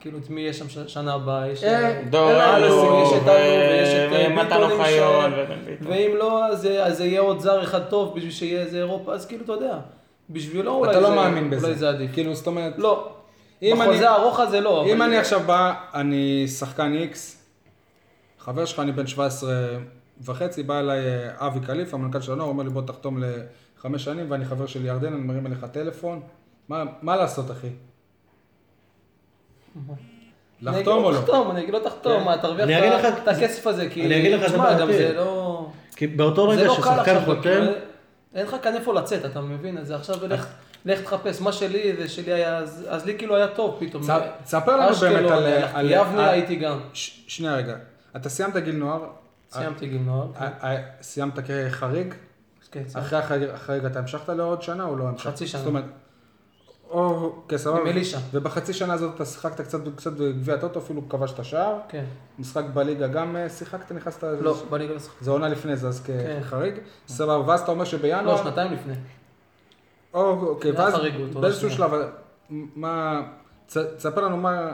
כאילו את מי יש שם ש- שנה הבאה, יש...
אה,
דור
אלון
אלו,
אלוס, יש את אלו, ויש את, אה,
ומתן
ביטון עם
אוחיון,
שם.
ובן ביטון.
ואם לא, אז, אז זה יהיה עוד זר אחד טוב בשביל שיהיה איזה אירופה, אז כאילו, אתה יודע, בשבילו אולי
אתה
זה,
לא מאמין בזה.
אולי זה עדיף.
כאילו, זאת אומרת,
לא,
אם אני-
בחוזה הארוך הזה לא,
אם
אבל-
אני עכשיו בא, אני שחקן איקס, חבר שלך, אני בן 17 וחצי, בא אליי אה, אבי קליף, המנכ"ל של הנוער, אומר לי בוא תחתום לחמש שנים, ואני חבר של ירדן, אני מרים אליך טלפון. מה, מה לעשות, אחי?
אני אגיד
לחתום
לו,
או לא?
תחתום, אני אגיד לא תחתום, מה, תרוויח
כן. אני אגיד
את ה-
לך-
את הכסף הזה, כי...
אני אגיד לך, זה
תשמע, גם
בעייתי.
זה לא...
כי באותו
זה
רגע
לא קל
ששחקן
עכשיו,
חותם, אה.
כאילו, אין לך כאן איפה לצאת, אתה מבין? אז עכשיו לך- לך תחפש, מה שלי ושלי היה, אז אז לי כאילו היה טוב פתאום.
צ- תספר לנו
אשקלון,
באמת על-
אה,
הלכתי,
על- על-
יבנה הייתי גם,
ש- שנייה רגע, אתה סיימת גיל נוער,
אה.
סיימתי גיל נוער.
ה- ה- סיימת כחריג,
כן, סיימתי.
אחרי החריג- החריג אתה המשכת לעוד שנה או לא המשכת?
חצי שנה.
זאת אומרת, או, כן, סבבה.
עם אלישע.
ובחצי שנה הזאת אתה שיחקת קצת קצת בגביע הטוטו, אפילו כבשת שער.
אה.
כן.
משחק בליגה גם אה, שיחקת, נכנסת...
לא, בליגה לא שחקתי.
זה עונה לפני זה, אז
כן.
כחריג. סבבה, ואז אתה אומר
אה.
שבינואר...
לא, שנתיים לפני.
או, אוקיי,
זה
ואז
החריג, הוא תודה
באיזשהו
לא שנייה.
שלב, אה, מה... צ- תספר לנו מה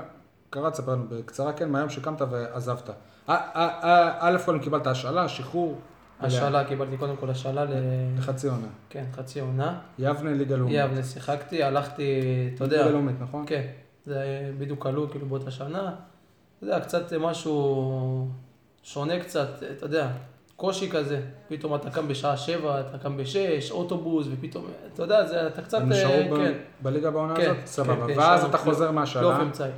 קרה, תספר לנו בקצרה, כן, מהיום שקמת ועזבת. א- א- א- א' כל קיבלת השאלה, שחרור.
השאלה, קיבלתי קודם כל השאלה ל...
אה.
חצי עונה.
כן, חצי עונה.
יבנה ליגה לאומית.
יבנה שיחקתי, הלכתי, אתה יודע,
ליגה
אה.
לאומית, נכון?
כן, זה בדיוק עלו כאילו באותה שנה. אתה יודע, קצת משהו שונה קצת, אתה יודע, קושי כזה. פתאום אתה קם בשעה שבע, אתה קם בשש, אוטובוס, ופתאום, אתה יודע, זה, אתה קצת...
הם
אה,
נשארו ב-
כן,
בליגה בעונה
כן.
הזאת? סבבה.
כן, כן,
ואז
נשארו.
אתה חוזר
לא-
מהשאלה.
לא אמצעי.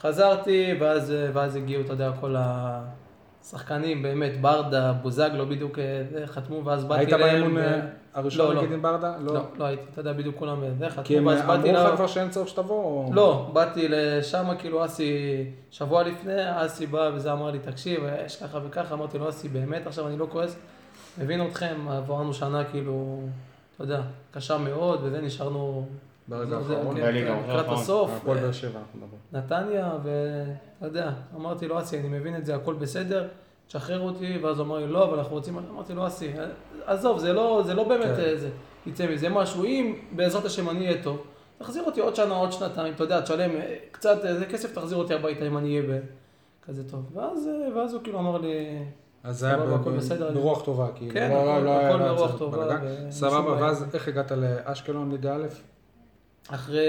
חזרתי, ואז, ואז הגיעו, אתה יודע, כל השחקנים, באמת, ברדה, בוזגלו בדיוק אה, חתמו, ואז באתי
היית באימון אה,
לא,
הראשון
לא.
נגד עם ברדה?
לא, לא הייתי, אתה יודע, בדיוק כולם אה, זה,
כי
חתמו,
הם
ואז
אמרו
באתי
לך
ל...
כבר שאין צורך שתבוא? או-
לא, באתי לשם, כאילו אסי, שבוע לפני, אסי בא וזה אמר לי, תקשיב, יש ככה וככה, אמרתי לו, אסי, באמת, עכשיו אני לא כועס, מבין אתכם, עברנו שנה כאילו, אתה יודע, קשה מאוד, וזה נשארנו...
ברגע
זה-
האחרון.
כן,
בליגה,
לקראת
נכון.
הסוף, אה,
הפועל באר שבע, אנחנו מדברים.
נתניה, ואתה יודע, אמרתי לו, אסי, אני מבין את זה, הכל בסדר, תשחרר אותי, ואז הוא אמר לי, לא, אבל אנחנו רוצים... אמרתי לו, אסי, עזוב, זה לא, זה לא באמת
כן.
אה, זה, יצא מזה משהו, אם בעזרת השם אני אהיה טוב, תחזיר אותי עוד שנה, עוד שנתיים, אתה יודע, תשלם אה, קצת איזה כסף, תחזיר אותי הביתה אם אני אהיה ב- כזה טוב. ואז, אה, ואז הוא כאילו אמר לי,
אז זה היה
סבבה,
ב-
הכל
ב-
בסדר, אני-
ברוח טובה, כאילו.
כן,
לא-
הכל-
לא היה-
הכל
לא היה
ברוח
צריך
טובה,
בלגן.
ואין שום
סבבה,
בעיה.
ואז איך הגעת לאשקלון ליגה א'?
אחרי...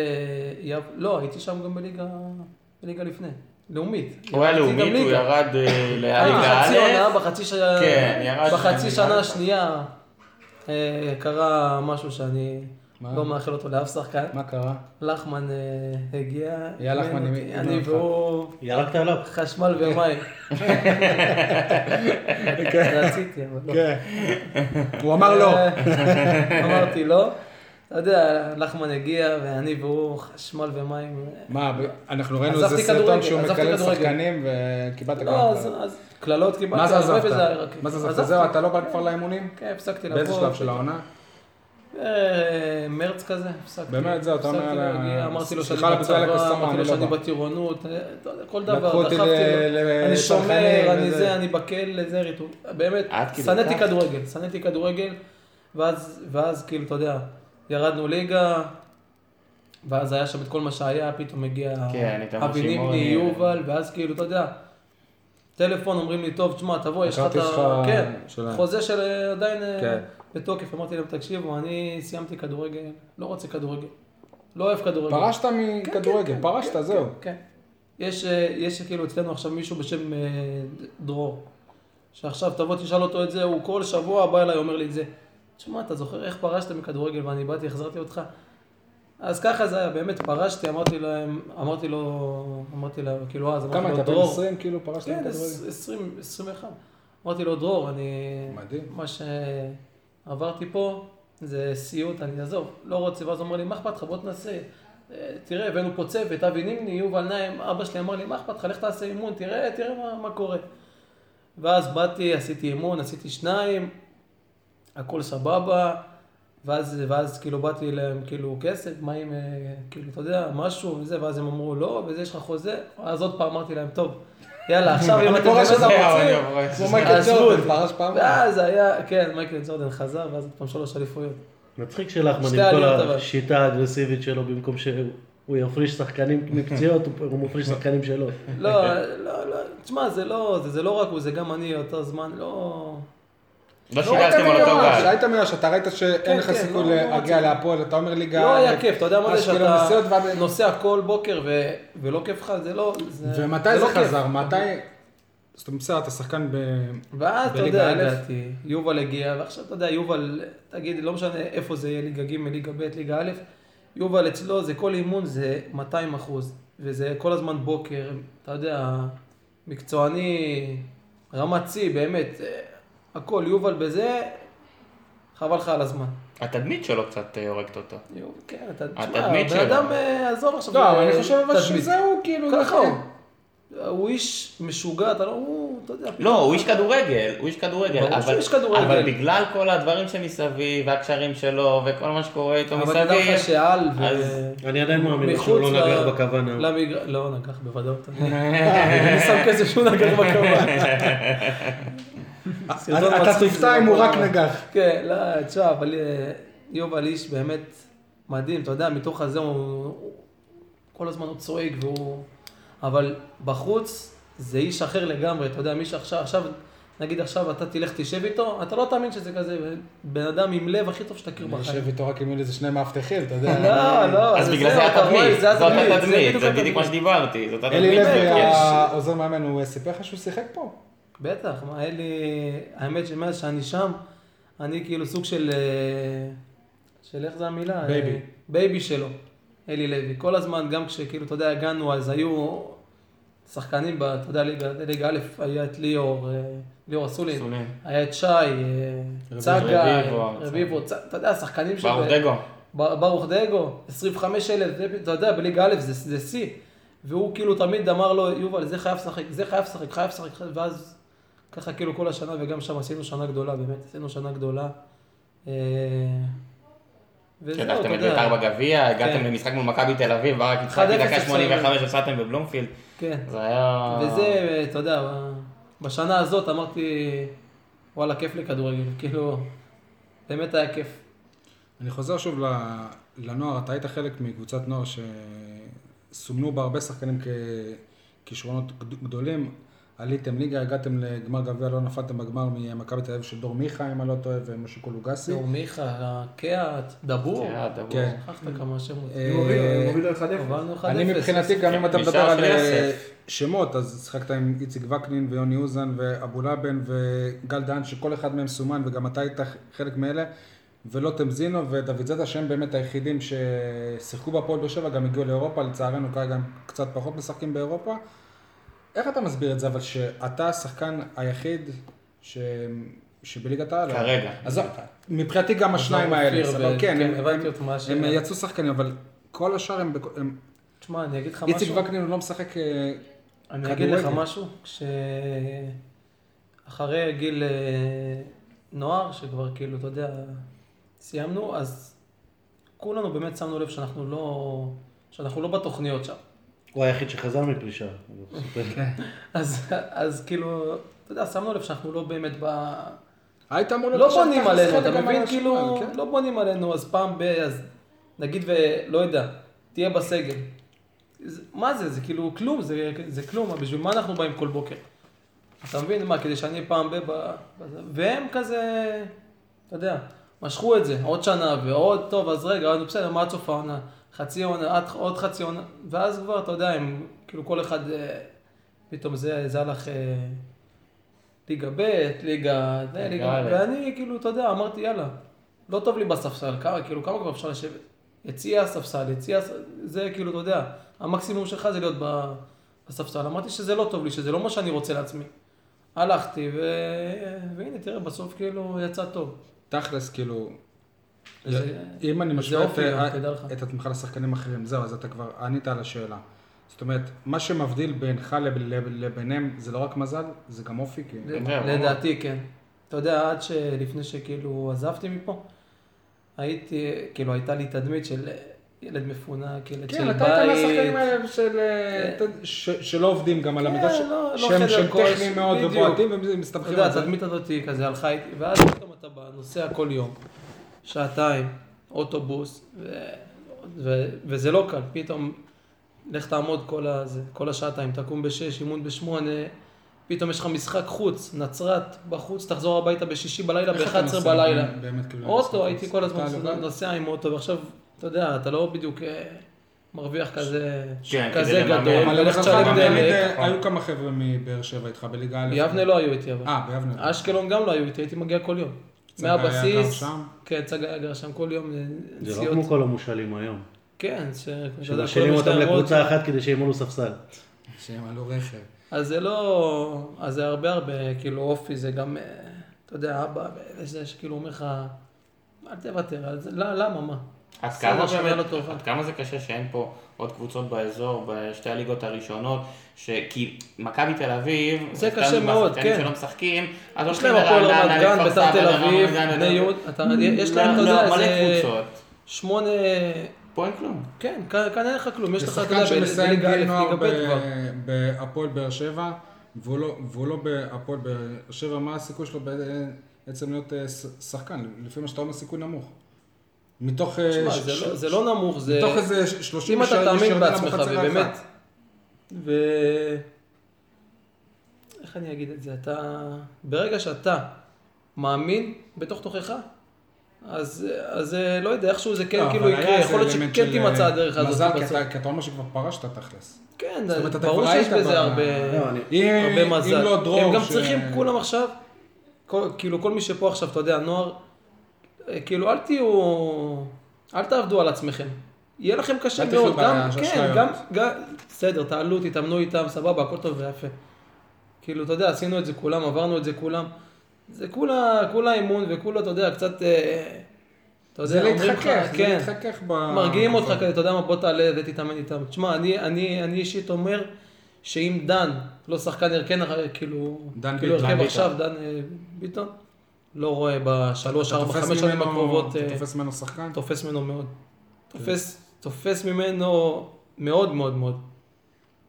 יב... לא, הייתי שם גם בליגה, בליגה לפני, לאומית.
הוא היה
ירדתי גם
לאומית, הוא
ליגה.
ירד אה, לא,
אה,
לליגה
חצי עונה,
א',
בחצי
כן, ירד
שנה, בחצי
לליגה
שנה
א'.
השנייה אה, קרה משהו שאני
מה?
לא מאחל אותו לאף שחקן.
מה קרה?
לחמן אה, הגיע.
אייל לחמן,
אימן אותי,
אימן
אני
אותך.
והוא
ירקת עליו.
חשמל ומים. רציתי, אבל לא.
כן. הוא אמר לא.
אה, אמרתי לא. אתה יודע, לחמן הגיע, ואני והוא חשמל ומים.
מה, ב- אנחנו ראינו איזה
עזבתי
סרטון
כדורגל,
שהוא
עזבתי
מקלל
כדורגל.
שחקנים וקיבלת גם...
לא, אז- אה, אז קללות קיבלתי.
מה זה
הרבה,
עזבת?
וזה היה רק-
מה זה עזבת?
עזבתי.
זהו, אתה לא בא כבר לאימונים?
כן, הפסקתי לבוא.
באיזה שלב של העונה?
אה, מרץ כזה, הפסקתי.
באמת, זהו, אתה אומר,
הפסקתי
אה,
להגיע, אמרתי לו שאני
סליחה על הביטוי, אלכס,
בצבא,
סתם,
אמרתי
אני
לו
לא
שאני
בא.
בטירונות, אה, אתה יודע, כל
לקחו
דבר,
אותי
דחפתי
ל-
לו,
ל-
אני
לצנחנים
שומר, אני
וזה. כאילו
זה, אני בקל, לזה ריטוב. באמת,
עד כדי
שנאתי
כך?
כדורגל, שנאתי כדורגל, ואז, ואז כאילו, אתה יודע, ירדנו ליגה, ואז היה שם את כל מה שהיה, פתאום הגיע
כן, את המושימון,
אבי נימני,
אה,
יובל, ואז כאילו, אתה יודע, טלפון, אומרים לי, טוב, תשמע, תבוא, יש לך את
הכרטיס
ה...
שלך-
כן,
שלהם.
חוזה של אה, עדיין אה,
כן.
בתוקף. אמרתי להם, תקשיבו, אני סיימתי כדורגל, לא רוצה כדורגל, לא אוהב כדורגל.
פרשת מכדורגל, פרשת, זהו.
כן. יש, אה, יש כאילו אצלנו עכשיו מישהו בשם אה, ד- דרור, שעכשיו תבוא תשאל אותו את זה, הוא כל שבוע בא אליי, אומר לי את זה. תשמע, אתה זוכר איך פרשת מכדורגל ואני באתי, החזרתי אותך? אז ככה זה היה, באמת פרשתי, אמרתי להם, אמרתי לו, אמרתי לו, כאילו אז, אמרתי
כמה
לו,
אתה? בן
דרור,
20 כאילו פרשת
כן,
מכדורגל?
20, 21. אמרתי לו, דרור, אני...
מדהים.
מה שעברתי פה זה סיוט, אני אעזוב, לא רוצה. ואז הוא אמר לי, מה אכפת לך, בוא תנסה. אה, תראה, הבאנו פה צוות, אבי נימני, יובל נעים, אבא שלי אמר לי, מה אכפת לך, לך תעשה אימון, תראה, תראה מה, מה קורה. ואז באתי, עשיתי אימון, עשיתי שניים, הכל סבבה, ואז, ואז כאילו באתי להם כאילו כסף, מה אם, אה, כאילו, אתה יודע, משהו וזה, ואז הם אמרו לא, וזה יש לך חוזה, אז עוד פעם אמרתי להם, טוב, יאללה, עכשיו אם
אני
אתם
פורש
באמת
אותם
אני
רוצים,
פורש.
כמו מייקל
עזבו
ג'ורדן,
אותי.
פרש פעם.
ואז היה, כן, מייקל ג'ורדן חזר, ואז עוד פעם שלוש אליפויות.
מצחיק שלחמן
שתי
עם כל
עליות, אבל.
השיטה האגרסיבית שלו, במקום שהוא יפריש שחקנים מפציעות, הוא- הוא מפריש שחקנים שלו.
לא, לא, לא, תשמע, זה לא, זה, זה לא רק הוא, זה גם אני אותו זמן, לא...
לא
לא היית
שילמתם על אותו
מיואש,
גל.
היית מיואש, אתה ראית שאין
כן,
לך
כן,
סיכוי
לא, לא
להגיע
רציתי.
להפועל, אתה אומר ליגה...
לא היה כיף, אתה יודע מה זה
אשקלון
שאתה
נסיעות ועד-
נוסע כל בוקר ו- ולא כיף לך, זה לא... זה-
ומתי זה
לא כיף.
חזר? מתי... זאת אומרת, בסדר, אתה שחקן ב...
ואז אתה
בליגה
יודע,
א'?
הגעתי, יובל הגיע, ועכשיו אתה יודע, יובל, תגיד, לא משנה איפה זה יהיה, ליגה ג', ליגה ב', ליגה א', יובל אצלו, זה כל אימון זה 200 אחוז, וזה כל הזמן בוקר, אתה יודע, מקצועני, רמת שיא, באמת, אה, הכל, יובל בזה, חבל לך על הזמן.
התדמית שלו קצת אה, הורגת אותו.
יוב- כן, אתה,
התדמית
תשמע,
שלו.
הבן אדם, אה, עזוב עכשיו,
לא,
זה
אבל אני חושב אבל
תדמית.
שזהו, כאילו...
ככה
נכון.
הוא. הוא איש משוגע, אתה לא, הוא, אתה יודע,
לא, הוא איש כדורגל, הוא איש כדורגל.
ברור שהוא
אבל-
איש כדורגל.
אבל בגלל כל הדברים שמסביב, והקשרים שלו, וכל מה שקורה איתו
אבל תדע לך
מסביב,
שעל ו...
אז-
אני עדיין מאמין
מחוץ
שהוא לא נגח
ל-
בקו הנאור.
למגר... לא, נגח בוודאות. אני שם כסף שהוא נגח בכוונה. סרטון
אתה
מצחיק,
תופתע
זה
אם הוא
לא
רק
קורה.
נגח.
כן, לא, תשמע, אבל אה, יובל איש באמת מדהים, אתה יודע, מתוך הזה הוא... הוא- כל הזמן הוא צועק והוא... אבל בחוץ זה איש אחר לגמרי, אתה יודע, מי שעכשיו, עכשיו, נגיד עכשיו אתה תלך תשב איתו, אתה לא תאמין שזה כזה, בן אדם עם לב הכי טוב שתכיר
אני
בחיים.
יושב איתו רק עם איזה שני מאבטחים, אתה יודע.
לא, לא,
אז בגלל זה
אתה רואה,
התדמית,
זה
זאת
התדמית,
התדמית, זה בדיוק
התדמית.
מה שדיברתי, זאת התדמית.
אלי לוי,
כן.
העוזר מאמן, הוא סיפר לך שהוא שיחק פה?
בטח, מה, היה לי... האמת שמאז שאני שם, אני כאילו סוג של... אה, של איך זה המילה?
בייבי.
אה, בייבי שלו, אלי לוי. כל הזמן, גם כשכאילו, אתה יודע, הגענו, אז היו שחקנים, ב- אתה יודע, ליגה- ליגה א', היה את ליאור, אה, ליאור אסולין,
סולין.
היה את שי, אה, צגה,
רביבו,
רביבו, צ- אתה יודע, השחקנים
ברוך דגו.
בר- ברוך דגו, 25 אלף, אתה יודע, בליגה א' זה- זה שיא. והוא כאילו תמיד אמר לו, יובל, זה חייב לשחק, זה חייב לשחק, חייב לשחק, ואז ככה כאילו כל השנה, וגם שם עשינו שנה גדולה, באמת, עשינו שנה גדולה. אה, וזהו,
שדחתם את בית"ר בגביע, הגעתם
לא, כן.
למשחק מול מכבי תל אביב, ברק התחלתי
1-0
דקה 85
הפסדנו.
הפסדתם בבלומפילד,
כן.
זה היה...
וזה, אתה יודע, בשנה הזאת אמרתי, וואלה, כיף לי כדורגל, כאילו, באמת היה כיף.
אני חוזר שוב ל- לנוער, אתה היית חלק מקבוצת נוער שסומנו בה הרבה שחקנים ככישרונות גד- גדולים. עליתם ליגה, הגעתם לגמר גביע, לא נפלתם בגמר ממכבי תל אביב של דור מיכה, אם אני לא טועה, ומושיקו לוגסי.
נו, מיכה, קהת, דבור.
כן, דבור.
כן.
שכחת כמה שמות.
אה,
הם הובילו 1-0.
הובלנו 1-0.
אני מבחינתי, גם אם
כן.
אתה
משער
מדבר על
של
אה,
יוסף.
שמות, אז שיחקת עם איציק וקנין ויוני אוזן ואבו לבן וגל דהן, שכל אחד מהם סומן, וגם אתה היית חלק מאלה, ולוטם זינו ודוד זאדה, שהם באמת היחידים ששיחקו בהפועל באר שבע, גם הגיעו לאירופה, לצערנו כרגע הם קצת פחות משחקים באירופה. איך אתה מסביר את זה, אבל שאתה השחקן היחיד ש... שבליגת העל?
כרגע.
אז מבחינתי גם השניים האלה,
אופיר
סבבה,
ו-
כן,
כן,
הם-
הבנתי
הם-
אותו, מה ש-
הם יצאו שחקנים, אבל כל השאר הם, בכ- הם
תשמע, אני אגיד לך משהו.
איציק וקנין הוא לא משחק... אה,
אני אגיד לך
כדורגל.
משהו, כשאחרי גיל אה, נוער, שכבר כאילו, אתה יודע, סיימנו, אז כולנו באמת שמנו לב שאנחנו לא, שאנחנו לא בתוכניות שם.
הוא היחיד שחזר מפרישה. הוא
כן,
סיפר.
אז, אז כאילו, אתה יודע, שמנו לב שאנחנו לא באמת ב...
היית אמור
לא
עכשיו
בונים
ככה
עלינו,
לשחק
אתה
גם על
מבין?
השמאל,
כאילו,
כן?
לא בונים עלינו, אז פעם ב... אז נגיד ולא יודע, תהיה בסגל. זה- מה זה? זה כאילו כלום, זה, זה כלום, בשביל מה אנחנו באים כל בוקר? אתה מבין? מה, כדי שאני פעם ב... ב- בזה? והם כזה, אתה יודע, משכו את זה, עוד שנה ועוד, טוב, אז רגע, נו, בסדר, מה עד סוף העונה? חצי עונה, עד, עוד חצי עונה, ואז כבר, אתה יודע, הם, כאילו כל אחד, אה, פתאום זה, זה הלך... אה, ליגה ב', ליגה... זה,
ליגה
ליגה...
א'.
ואני כאילו, אתה יודע, אמרתי, יאללה, לא טוב לי בספסל, כמה, כאילו, כמה כבר אפשר לשבת? יציע הספסל, יציע... הס- זה כאילו, אתה יודע, המקסימום שלך זה להיות ב- בספסל. אמרתי שזה לא טוב לי, שזה לא מה שאני רוצה לעצמי. הלכתי, ו... והנה, תראה, בסוף כאילו יצא טוב.
תכלס, כאילו,
זה-
אם אני
זה
משווה את,
אופי גם,
אה,
תדע לך.
את עצמך לשחקנים אחרים, זהו, אז אתה כבר ענית על השאלה. זאת אומרת, מה שמבדיל בינך לב- לב- לביניהם זה לא רק מזל, זה גם אופי, כאילו.
אתה יודע,
לדעתי כן. אתה יודע, עד שלפני שכאילו עזבתי מפה, הייתי, כאילו הייתה לי תדמית של ילד מפונק, ילד
כן,
של
אתה היית
בית.
מהשחקנים האלה של, אה, אתה- ש- שלא עובדים גם על
כן,
המידה, ש-
לא- לא
שהם
חדר
שהם
כושר,
טכניים מאוד
בדיוק.
ובועטים והם
אתה
מסתמכים
יודע,
על זה.
התדמית הזאת היא כזה הלכה איתי, ואז פתאום אתה בא, נוסע כל יום, שעתיים, אוטובוס, ו... ו... וזה לא קל, פתאום לך תעמוד כל, הזה, כל השעתיים, תקום בשש, אימון בשמונה, פתאום יש לך משחק חוץ, נצרת בחוץ, תחזור הביתה בשישי בלילה,
איך אתה
ב-11
נוסע?
בלילה.
באמת, כאילו,
אוטו,
למשחק
הייתי
חוץ.
כל
אתה
הזמן
לבד?
נוסע עם אוטו, ועכשיו, אתה יודע, אתה לא בדיוק אה, מרוויח כזה
כן,
כזה
כדי לממן.
גדול,
אבל
ולך
למשל,
תשלם
גם תמיד
דלק. נכון.
אה, היו כמה חבר'ה מבאר שבע איתך בליגה א'.
יבנה לא היו איתי אבל.
אה, ביבנה.
אשקלון גם לא היו איתי, הייתי מגיע כל יום.
צגה היה גר
מהבסיס,
שם?
כן, צגה היה גר שם כל יום, אה,
זה לא
נסיעות.
כמו כל המושאלים היום.
כן, ש... אתה יודע,
שמשאילים
כולם יש
אותם
להם
לקבוצה
אוטו.
אחת כדי שימולו ספסל.
שהם עלו רכב.
אז זה לא, אז זה הרבה הרבה, כאילו אופי, זה גם, אה, אתה יודע, אבא, זה שכאילו אומר לך, אל תוותר, על זה, לא, למה, מה?
עד
סבא
כמה,
שהיה
באמת,
לו לא טוב.
עד כמה זה קשה שאין פה עוד קבוצות באזור, בשתי הליגות הראשונות, ש... כי מכבי תל אביב,
זה
סתם
קשה מאוד,
מהשחקנים
כן.
שלא משחקים, אז
יש
הולכים
להם הפועל
לרעננה,
רמת גן,
לכפר
ביתר
סבא,
תל אביב,
לרמת גן,
בני
לרמת-
יהוד, אתה- יש להם, אתה
לא,
יודע,
לא, מלא
איזה
קבוצות.
שמונה,
פה אין כלום.
כן, כאן כאן אין לך כלום, יש
זה
לך, אתה
שחקן
יודע,
שמסיים
בליגה א',
גיל נוער
ליגה ב' כבר.
ב- בהפועל באר שבע, והוא לא- והוא לא בהפועל באר שבע, מה הסיכוי שלו בעצם להיות אה, ש- שחקן? לפי מה שאתה אומר, סיכוי נמוך. מתוך... אה,
תשמע,
ש-
זה לא-
ש-
זה לא נמוך, זה...
מתוך איזה ש- 30
אם אתה
שיורדים
תאמין
למחצית
בעצמך,
האחת.
ובאמת... ו... איך אני אגיד את זה? אתה... ברגע שאתה מאמין בתוך תוכך, אז, אז אה, לא יודע, איכשהו זה כן
לא,
כאילו
אבל
יקרה,
היה
יכול להיות
איזה אלמנט
שכן
של,
תימצא
אה,
הדרך הזאת
מזל, כי
בסוף.
אתה- כי אתה אומר שכבר פרשת תכלס.
כן,
זאת אומרת, אתה
ברור
כבר
שיש
היית ב-
בזה הרבה...
לא, אני-
אם-
הרבה
אם
מזל.
לא דרור...
הם גם
ש-
צריכים, כולם עכשיו, כל, כאילו כל מי שפה עכשיו, אתה יודע, נוער, אה, כאילו אל תהיו, אל תעבדו על עצמכם. יהיה לכם קשה
אל תחיו
מאוד, גם,
באשליות.
כן, גם, גם, בסדר, תעלו, תתאמנו איתם, סבבה, הכל טוב ויפה. כאילו, אתה יודע, עשינו את זה כולם, עברנו את זה כולם. זה כולה, כולה אימון וכולה, אתה יודע, קצת, אה, אתה יודע,
זה
אומרים לך,
להתחכך, זה
כן.
להתחכך ב...
מרגיעים אותך כזה, אתה יודע מה, בוא תעלה ותתאמן איתם. תשמע, אני, אני, אני אישית אומר שאם דן, לא שחקן הרכן, אה, כאילו,
דן
כאילו
ביטון.
הרכב
דן
עכשיו, דן אה, ביטון, לא רואה בשלוש,
אתה
ארבע,
תופס
חמש
ממנו-
שנים הקרובות,
אתה
אה,
תופס ממנו שחקן?
תופס ממנו מאוד. תופס, תופס ממנו מאוד מאוד מאוד.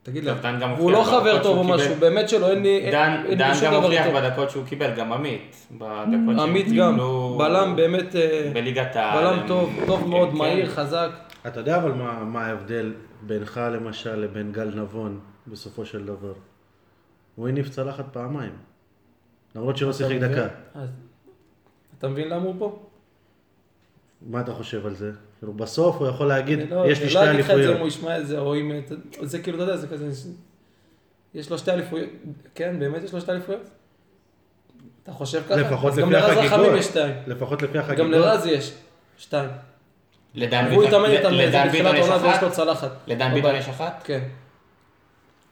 תגיד לי,
טוב, דן גם
והוא לא
הוכיח
חבר
בדקות
טוב או
שהוא
משהו,
קיבל.
באמת שלא, אין לי
דן,
אין לי
דן
שום
גם
דבר
הוכיח
איתו.
בדקות כאילו שהוא קיבל, גם עמית. בדקות שהם
עמית גם,
קיבלו
בלם באמת, אה,
בליגת העל.
בלם
הם-
טוב, טוב
לא- כן,
מאוד,
כן.
מהיר, חזק.
אתה יודע אבל מה, מה ההבדל בינך למשל לבין גל נבון בסופו של דבר? הוא הניף צלחת פעמיים. למרות שלא שיחק
אתה מבין?
דקה.
אז- אתה מבין למה הוא פה?
מה אתה חושב על זה? כאילו בסוף הוא יכול להגיד,
אני לא-
יש לי
אני
שתי
לא אגיד לך את זה אם הוא
אליפויות.
ישמע את זה, או אם... אתה- זה כאילו, אתה יודע, זה כזה... ש- יש לו שתי אליפויות. כן, באמת יש לו שתי אליפויות? אתה חושב ככה?
לפחות
אז
לפי
גם לרז רחמים יש
החגיגות.
שתיים.
לפחות לפי החגיגות.
גם לרז יש שתיים.
לדן
הוא
ביטון-
התאמן איתם
לדן
באיזה
ביטון
בתחילת
יש
עונה ויש
אחת?
לו צלחת.
לדן ביטון יש אחת?
כן.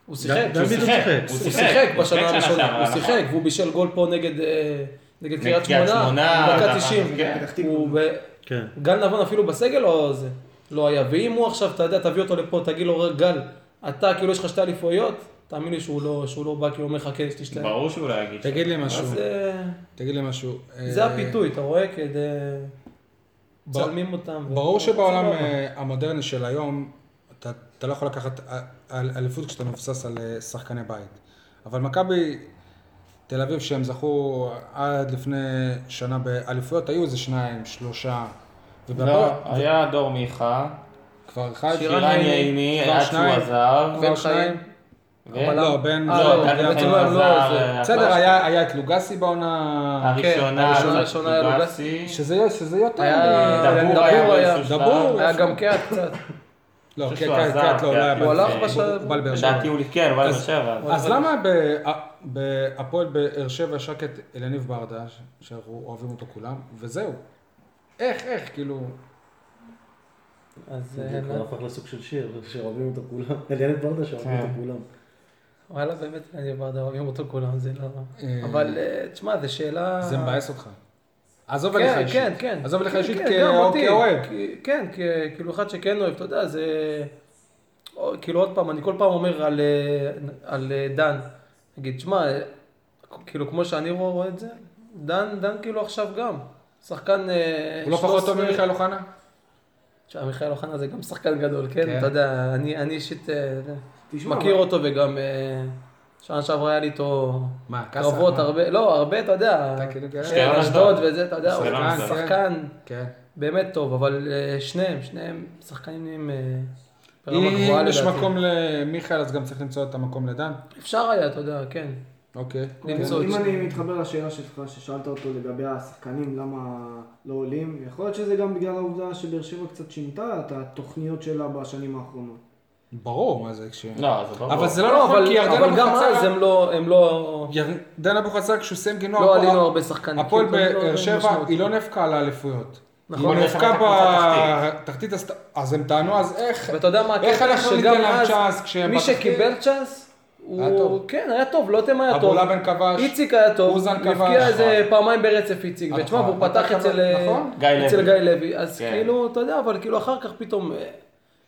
הוא שיחק.
דן
הוא
ביטון
שיחק,
שיחק.
הוא
הוא שיחק בשנה
שנה
הראשונה,
שעברה,
הוא
נכון.
שיחק, והוא בישל גול פה נגד אה, נגד קריית
קריית שמונה,
שמונה, דקה
ואחר כך,
90.
כן.
פתח תקווה.
הוא ב-
כן.
גל נבון אפילו בסגל או זה? לא היה. ואם הוא עכשיו, אתה יודע, תביא אותו לפה, תגיד לו, "רק גל, אתה כאילו יש לך שתי אליפויות, תאמין לי שהוא לא, שהוא לא בא כאילו אומר לך, כן, יש לי שתי...
ברור שהוא לא יגיד. ש-
תגיד לי משהו.
אז אה,
תגיד לי משהו.
זה
אה,
הפיתוי, אתה רואה? כדי...
בר-
צלמים אותם. ו- לא-
ברור שבעולם
סבבה.
אה, המודרני של היום, אתה אתה לא יכול לקחת אה, על- אליפות כשאתה מבוסס על אה, שחקני בית. אבל מכבי תל אביב, שהם זכו עד לפני שנה באליפויות, היו איזה שניים, שלושה.
לא,
ובהפועל-
היה דור מיכה,
כבר אחד,
שירן
שירן
יעיני,
יעיני,
כבר
עד שהוא
שניים.
עזב.
כבר
בן
שניים.
חיים.
ו-
אבל לא, בן...
אה,
כן. לא,
לא,
בן-
דן בן
בעצם
חיים
לא, לא,
עזב.
זה-
אה,
בסדר,
הפעם
היה היה את לוגסי בעונה...
הראשונה,
הראשונה,
לא,
הראשונה היה
לוגסי.
שזה שזה יותר...
היה-
אה,
דבור
דבור
היה
היה,
באיזשהו
דבור.
שלב.
היה גם קהת קצת.
לא,
חושב
קט
שהוא
קט-
עזב,
קט לא,
קט
לא היה
לא.
באר
הוא
שבע.
הלך בשלב-
הוא בא לבאר שבע.
לדעתי הוא כן, הוא היה
אז-
באר שבע.
אז למה ב- בהפועל באר שבע יש רק את אלניב ברדה, ש- שאנחנו אוהבים אותו כולם, וזהו. איך, איך, כאילו...
אז
זה
אה, לא.
כבר הפך לסוג של שיר, שאוהבים אותו כולם. אליאנט ברדה שאוהבים
כן.
אותו כולם.
וואלה, באמת, אני ברדה, אוהבים אותו כולם, זה לא...
אה,
אבל אה, תשמע, זו שאלה...
זה מבאס אותך. עזוב עליך
כן,
אישית.
כן, כן.
עזוב עליך
כן,
אישית
כן,
כ-
גם אותי.
כאוהד.
כי- כן, כ- כאילו אחד שכן אוהב, אתה יודע, זה... או- כאילו עוד פעם, אני כל פעם אומר על, אה, על אה, דן, נגיד, שמע, אה, כאילו כמו שאני רואה את זה, דן, דן כאילו עכשיו גם, שחקן... אה,
הוא לא פחות טוב
13.
ממיכאל אוחנה?
תשמע, מיכאל אוחנה זה גם שחקן גדול, כן?
כן.
אתה יודע, אני אני אישית אה,
תשמע,
מכיר
אבל-
אותו וגם אה, שנה שעברה היה לי איתו
מה, קאסה?
קרבות
מה?
הרבה, לא, הרבה, אתה יודע,
אתה כאילו כאלה?
שתי-
כן, אשדוד וזה, אתה יודע, הוא
שחקן,
כן.
שחקן
כן.
באמת טוב, אבל אה, שניהם, שניהם שחקנים עם אה, ברמה גבוהה
אם יש
לדעתי.
מקום למיכאל, אז גם צריך למצוא את המקום לדן.
אפשר היה, אתה יודע, כן.
אוקיי.
למצוא את
אם
זה.
אני מתחבר לשאלה שלך, ששאלת אותו לגבי השחקנים, למה לא עולים, יכול להיות שזה גם בגלל העובדה שבאר שבע קצת שינתה את התוכניות שלה בשנים האחרונות.
ברור, מה זה כש...
לא, זה ברור.
אבל זה לא נכון,
אבל-
כי ירדן
אבל גם אז
אבוחצירא...
הם לא, הם לא,
ירדן אבוחצירא, כשהוא סיים גינוח...
לא עלינו הרבה שחקנים.
הפועל
כאילו, לא-
באר
לא
שבע,
משמעותי.
היא לא נאבקה על האליפויות.
נכון.
היא
אבל
נאבקה
נאבקה בתחתית.
בתחתית, הסט- אז הם טענו, אז איך...
ואתה יודע מה
איך
הקטע?
אנחנו
שגם
ניתן להם
אז,
צ'אנס כשהם
מי
בתחתית?
שקיבל צ'אנס,
היה
הוא...
טוב.
כן, היה טוב, לוטם היה טוב.
אבולאבן כבש.
איציק היה טוב.
אוזן
הוא
כבש.
הבקיע איזה פעמיים ברצף איציק.
נכון.
ותשמע, והוא פתח
נכון.
אצל אה,
נכון.
גיא
אצל
לוי.
גיא לוי. אז
כן.
כאילו, אתה יודע, אבל כאילו אחר כך פתאום... אה,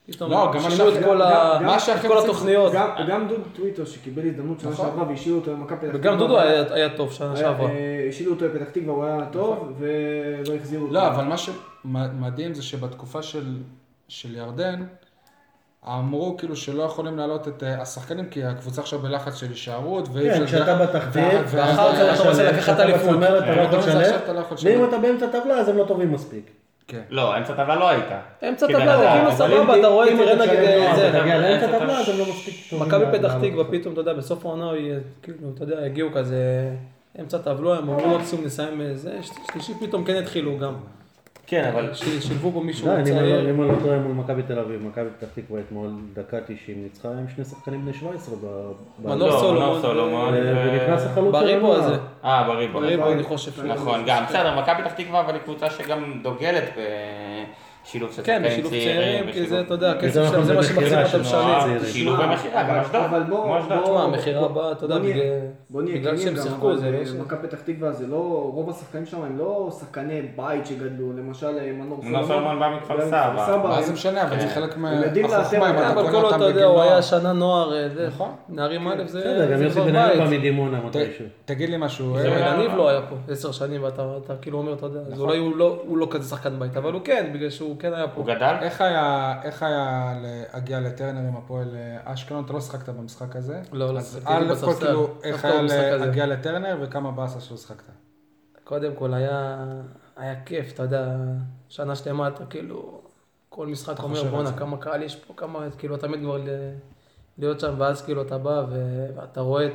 פתאום
לא, גם מה
שינו את
שהכי-
כל ה-
גם- גם-
מה שהכי
את כל
מצחיק-
התוכניות.
גם- גם דודו טוויטר שקיבל הזדמנות שנה
נכון.
שעברה והשאירו אותו למכבי פתח
וגם דודו היה היה טוב שנה
היה-
שעברה.
אה, השאירו אותו לפתח תקווה, הוא היה
נכון.
טוב, ולא החזירו אותו.
לא, אבל מה שמדהים זה שבתקופה של, של ירדן, אמרו כאילו שלא יכולים להעלות את אה, השחקנים, כי הקבוצה עכשיו בלחץ של הישארות, ואי
כן, כשאתה בתחתית,
ו-
ואחר
ו-
כך אתה רוצה
שלם,
לקחת
כשאתה
אליפות. כן.
בצמרת, אתה לא יכול
אבל זה עכשיו
לשלם,
אתה לא יכול לשלם.
ואם אתה באמצע טבלה אז הם לא טובים מספיק.
כן.
לא, אמצע טבלה לא היית.
אמצע
כדאי
טבלה,
לדעת,
כאילו
אבל
סבבה,
כן, אם-
אתה רואה,
אם
תראה
אתה
נגיד
תשלם,
אה,
אה,
זה.
אתה תגיע לאמצע
אתה-
טבלה אז הם לא מספיק טובים.
מכבי
לה-
פתח
לעלות.
תקווה, פתאום, אתה יודע, בסוף העונה, יהיה, כאילו, אתה יודע, הגיעו כזה אמצע טבלה, הם אמרו מקסימום נסיים אה, זה, ש- שלישי פתאום כן התחילו גם.
כן, אבל...
ש- שילבו פה מישהו
די, אם אני לא-
צעיר.
אם אני לא טועה מול מכבי תל אביב, מכבי פתח תקווה אתמול, דקה 90, ניצחה עם שני שחקנים בני 17 ב... ב-
מנור
לא,
סולומון
מנור סולומון.
ו- ונכנס
ו-
החלוץ
בריבו
הרביעי.
הזה. כן,
אה, בריבו.
בריבו, אני חושב ש...
נכון, גם. בסדר, מכבי פתח תקווה, אבל היא קבוצה שגם דוגלת בשילוב של
כן,
שחקנים
בשילוב צעירים, כי זה,
בשילוב-
אתה יודע, כן.
וזה
הכסף שלהם,
אנחנו
זה מה
במכירה
שמחזיק אותם
של
שנים.
נוער.
אה,
צעירים.
שילוב ומכירה, גם
אבל-
אשדוד.
אבל בוא-
כמו אשדוד.
בוא-
תשמע, המכירה
בוא-
הבאה, אתה יודע,
בוא נהיה-
בגלל-
בוא נהיה
בגלל
כנים
שהם
גם,
שיחקו,
אבל,
זה לא
אה,
ש-
מכבי פתח תקווה זה לא, רוב השחקנים שם הם לא שחקני בית שגדלו, למשל אה, מנור
מנור סולומון בא מכפר
הוא היה
סבא.
מה זה
הם-
משנה, אבל זה
כן.
חלק
יודעים
מהחוכמה,
לאתר,
אם
כן,
אה, אתה
אבל
קונה
כל עוד
אותם
אתה יודע, הוא
בגינוח.
היה שנה נוער, אה, זה,
נכון.
נערים א' זה...
כן, בסדר, גם
זה
יוסי
כבר
בן אליהו
בית.
בא מדימונה
ת-
מתישהו.
תגיד לי משהו,
זה
אה,
היה-
יניב לא היה פה עשר שנים, ואתה אתה כאילו אומר, אתה יודע, אז אולי הוא לא- הוא לא כזה שחקן בית, אבל הוא כן, בגלל שהוא כן היה פה.
הוא גדל?
איך היה, איך היה להגיע לטרנר עם הפועל אה, אשקלון? אתה לא שחקת במשחק הזה.
לא, לא
אז
שחקתי,
על
הייתי
הכל
בספסל. לא
כאילו, איך
דווקא
היה
במשחק הזה.
להגיע לטרנר וכמה באסה שלא שחקת?
קודם כל היה, היה כיף, אתה יודע, שנה שלמה אתה כאילו, כל משחק אתה אומר,
חושב על
בואנה,
זה."
כמה קהל יש פה, כמה, כאילו, תמיד כבר ל- להיות שם, ואז כאילו אתה בא ו... ואתה רואה,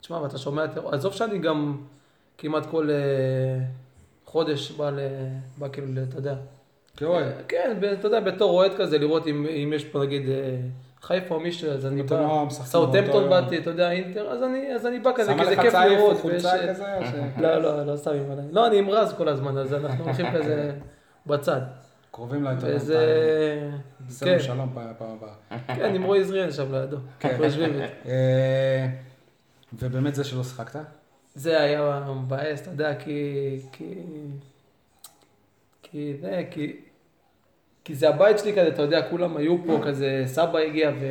תשמע, ואתה שומע, את- עזוב שאני גם כמעט כל אה, חודש בא, ל... בא כאילו, ל- אתה יודע.
כאוהד.
כן, ב- אתה יודע, בתור אוהד כזה, לראות אם, אם יש פה נגיד אה, חיפה או מישהו, אז אני
אותו
בא,
יום, לא משחקים באותו
סאוטמפטון
יום.
באתי, אתה יודע, אינטר, אז אני, אז אני בא כזה,
שמה
כי זה
לך
כיף
צייף
לראות.
או חולצה
ויש-
כזה? או ש-
לא, לא, לא שמים עליי. לא, אני עם רז כל הזמן, אז אנחנו הולכים כזה בצד.
קרובים לעיתונאים.
וזה...
בסדר,
כן,
לא שלום ב- פעם הבאה.
כן, עם רועי עזריאל שם לידו.
כן.
אנחנו יושבים.
אה, ובאמת זה שלא שחקת?
זה היה מבאס, אתה יודע, כי... כי... כי זה, כי... כי זה הבית שלי כזה, אתה יודע, כולם היו פה, כזה, סבא הגיע ו...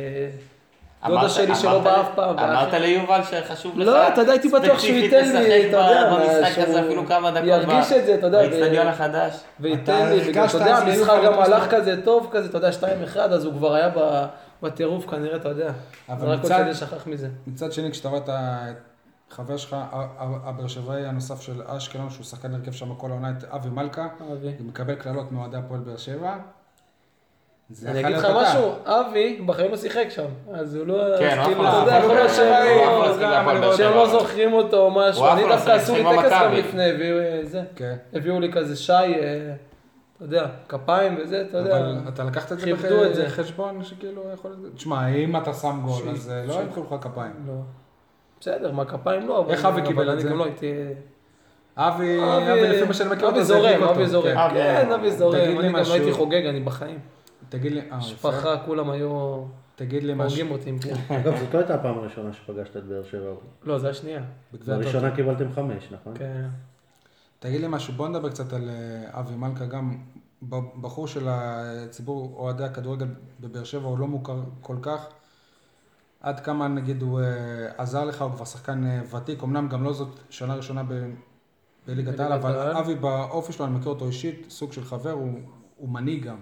דודה
אמרת-
שלי שלא
אמרת
בא
לי-
אף פעם.
אמרת
ואחי-
ליובל שחשוב לך.
לא, אתה יודע, הייתי בטוח שהוא
ספציפית
ייתן לי,
לשחק
אתה יודע,
ב- במשחק
שהוא
הזה אפילו כמה דקות.
ירגיש
ב-
את זה, אתה יודע, ב-
באצטדיון החדש.
וייתן לי, וגם, אתה יודע, המשחק גם הלך כזה טוב כזה, אתה יודע, 2-1, אז הוא כבר היה ב- בטירוף כנראה, אתה יודע.
אבל
אבל רק
מצד-
רוצה לשכח מזה.
מצד שני, כשאתה רואה את ה- את חבר שלך, ה- ה- הבאר שבעי הנוסף של אשקלון, שהוא שחקן הרכב שם כל העונה, את אבי מלכה,
אבי.
הוא מקבל קללות מאוהדי הפועל באר שבע. זה
אני
יכול
אגיד לך
להיות אתה.
משהו, אבי בחיים לא שיחק שם, אז הוא לא...
כן,
אז
לא
כאילו,
יכול
אתה יודע,
לעשות.
יכול להיות
הוא
שהם לא-
לא יכול לעשות
גם
להפועל באר
שהם
שבע.
לא זוכרים אותו או משהו,
הוא
אני
אף פעם
דווקא
לא
עשו לי
שיחק
טקס גם
במכבי.
לפני, הביאו אה, זה,
כן.
הביאו לי כזה שי, אה, אתה יודע, כפיים וזה, אתה לא יודע.
אבל אתה לקחת את זה
כיבדו את זה.
בחשבון שכאילו יכול להיות... תשמע, אם אתה שם גול,
ש-
אז אה,
ש-
לא ימחאו לך כפיים.
לא. בסדר, מה כפיים לא, אבל
איך אבי קיבל
אבל
את
אני
זה?
גם לא הייתי...
אבי, אבי, לפי מה שאני מכיר
אבי
אותו, זה
זורם,
הדליק אותו.
אבי זורם,
כן.
כן.
כן, אבי זורם,
תגיד לי
אני גם לא
משהו.
הייתי חוגג, אני בחיים.
תגיד לי, אה, יפה.
משפחה, כולם היו
תגיד לי משהו.
הורגים אותי, כן.
אגב, זאת לא הייתה הפעם הראשונה שפגשת את באר שבע.
לא, זה השנייה.
בגביע הטוטו.
בראשונה קיבלתם חמש, נכון?
כן.
תגיד לי משהו, בוא נדבר קצת על אה, אבי מלכה, גם ב- בחור של הציבור אוהדי הכדורגל בבאר שבע, הוא לא מוכר כל כך. עד כמה נגיד הוא אה, עזר לך, הוא כבר שחקן אה, ותיק, אמנם גם לא זאת שנה ראשונה ב- בליגת
בליגת
העל, אבל
העל.
אבי באופי שלו, אני מכיר אותו אישית, סוג של חבר, הוא- הוא מנהיג גם.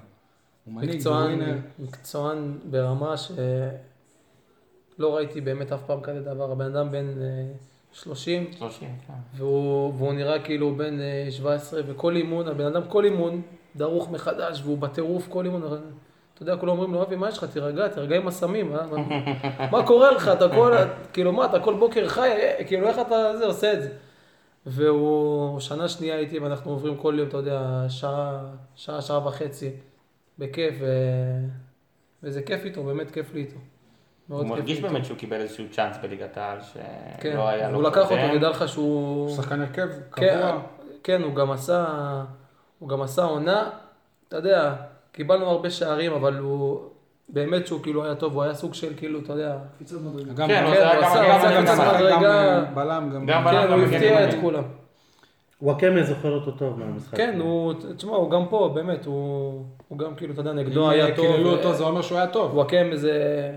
הוא מנהיג, הוא
מקצוען,
ווינר.
מקצוען ברמה שלא ראיתי באמת אף פעם כזה דבר. הבן אדם בן אה, 30,
30, כן.
והוא, והוא נראה כאילו הוא בן אה, 17, וכל אימון, הבן אדם כל אימון דרוך מחדש, והוא בטירוף כל אימון. אבל אתה יודע, כולם אומרים לו, אבי, מה יש לך? תירגע, תירגע עם הסמים, אה? מה, מה קורה לך? אתה כל, כאילו, מה, אתה כל בוקר חי, אה, כאילו, איך אתה זה, עושה את זה? והוא, שנה שנייה איתי, ואנחנו עוברים כל יום, אתה יודע, שעה, שעה, שעה וחצי, בכיף, ו... וזה כיף איתו, באמת כיף לי איתו. מאוד
הוא
כיף לי
מרגיש
איתו.
באמת שהוא קיבל איזשהו צ'אנס בליגת העל,
כן,
שלא היה לו
הוא לקח
קודם.
אותו, נדע לך שהוא...
הוא שחקן הרכב,
כן,
קבוע.
כן, הוא גם עשה, הוא גם עשה עונה, אתה יודע, קיבלנו הרבה שערים, אבל הוא, באמת שהוא כאילו היה טוב, הוא היה סוג של כאילו, אתה יודע,
קפיצת מדרגה.
גם-
כן,
גם-
הוא עשה-
גם-
גם-
גם-
גם-
גם- גם-
גם-
גם-
גם בלם, גם...
גם בלם.
כן, הוא
גם
הפתיע
מגן
את כולם.
וואקמה זוכר אותו טוב מהמשחק.
כן, הוא, תשמע, הוא גם פה, באמת, הוא הוא גם כאילו, אתה יודע, נגדו
אם,
היה
אה,
טוב.
קיללו
אה,
אותו, זה אומר שהוא היה טוב.
הוא הקם איזה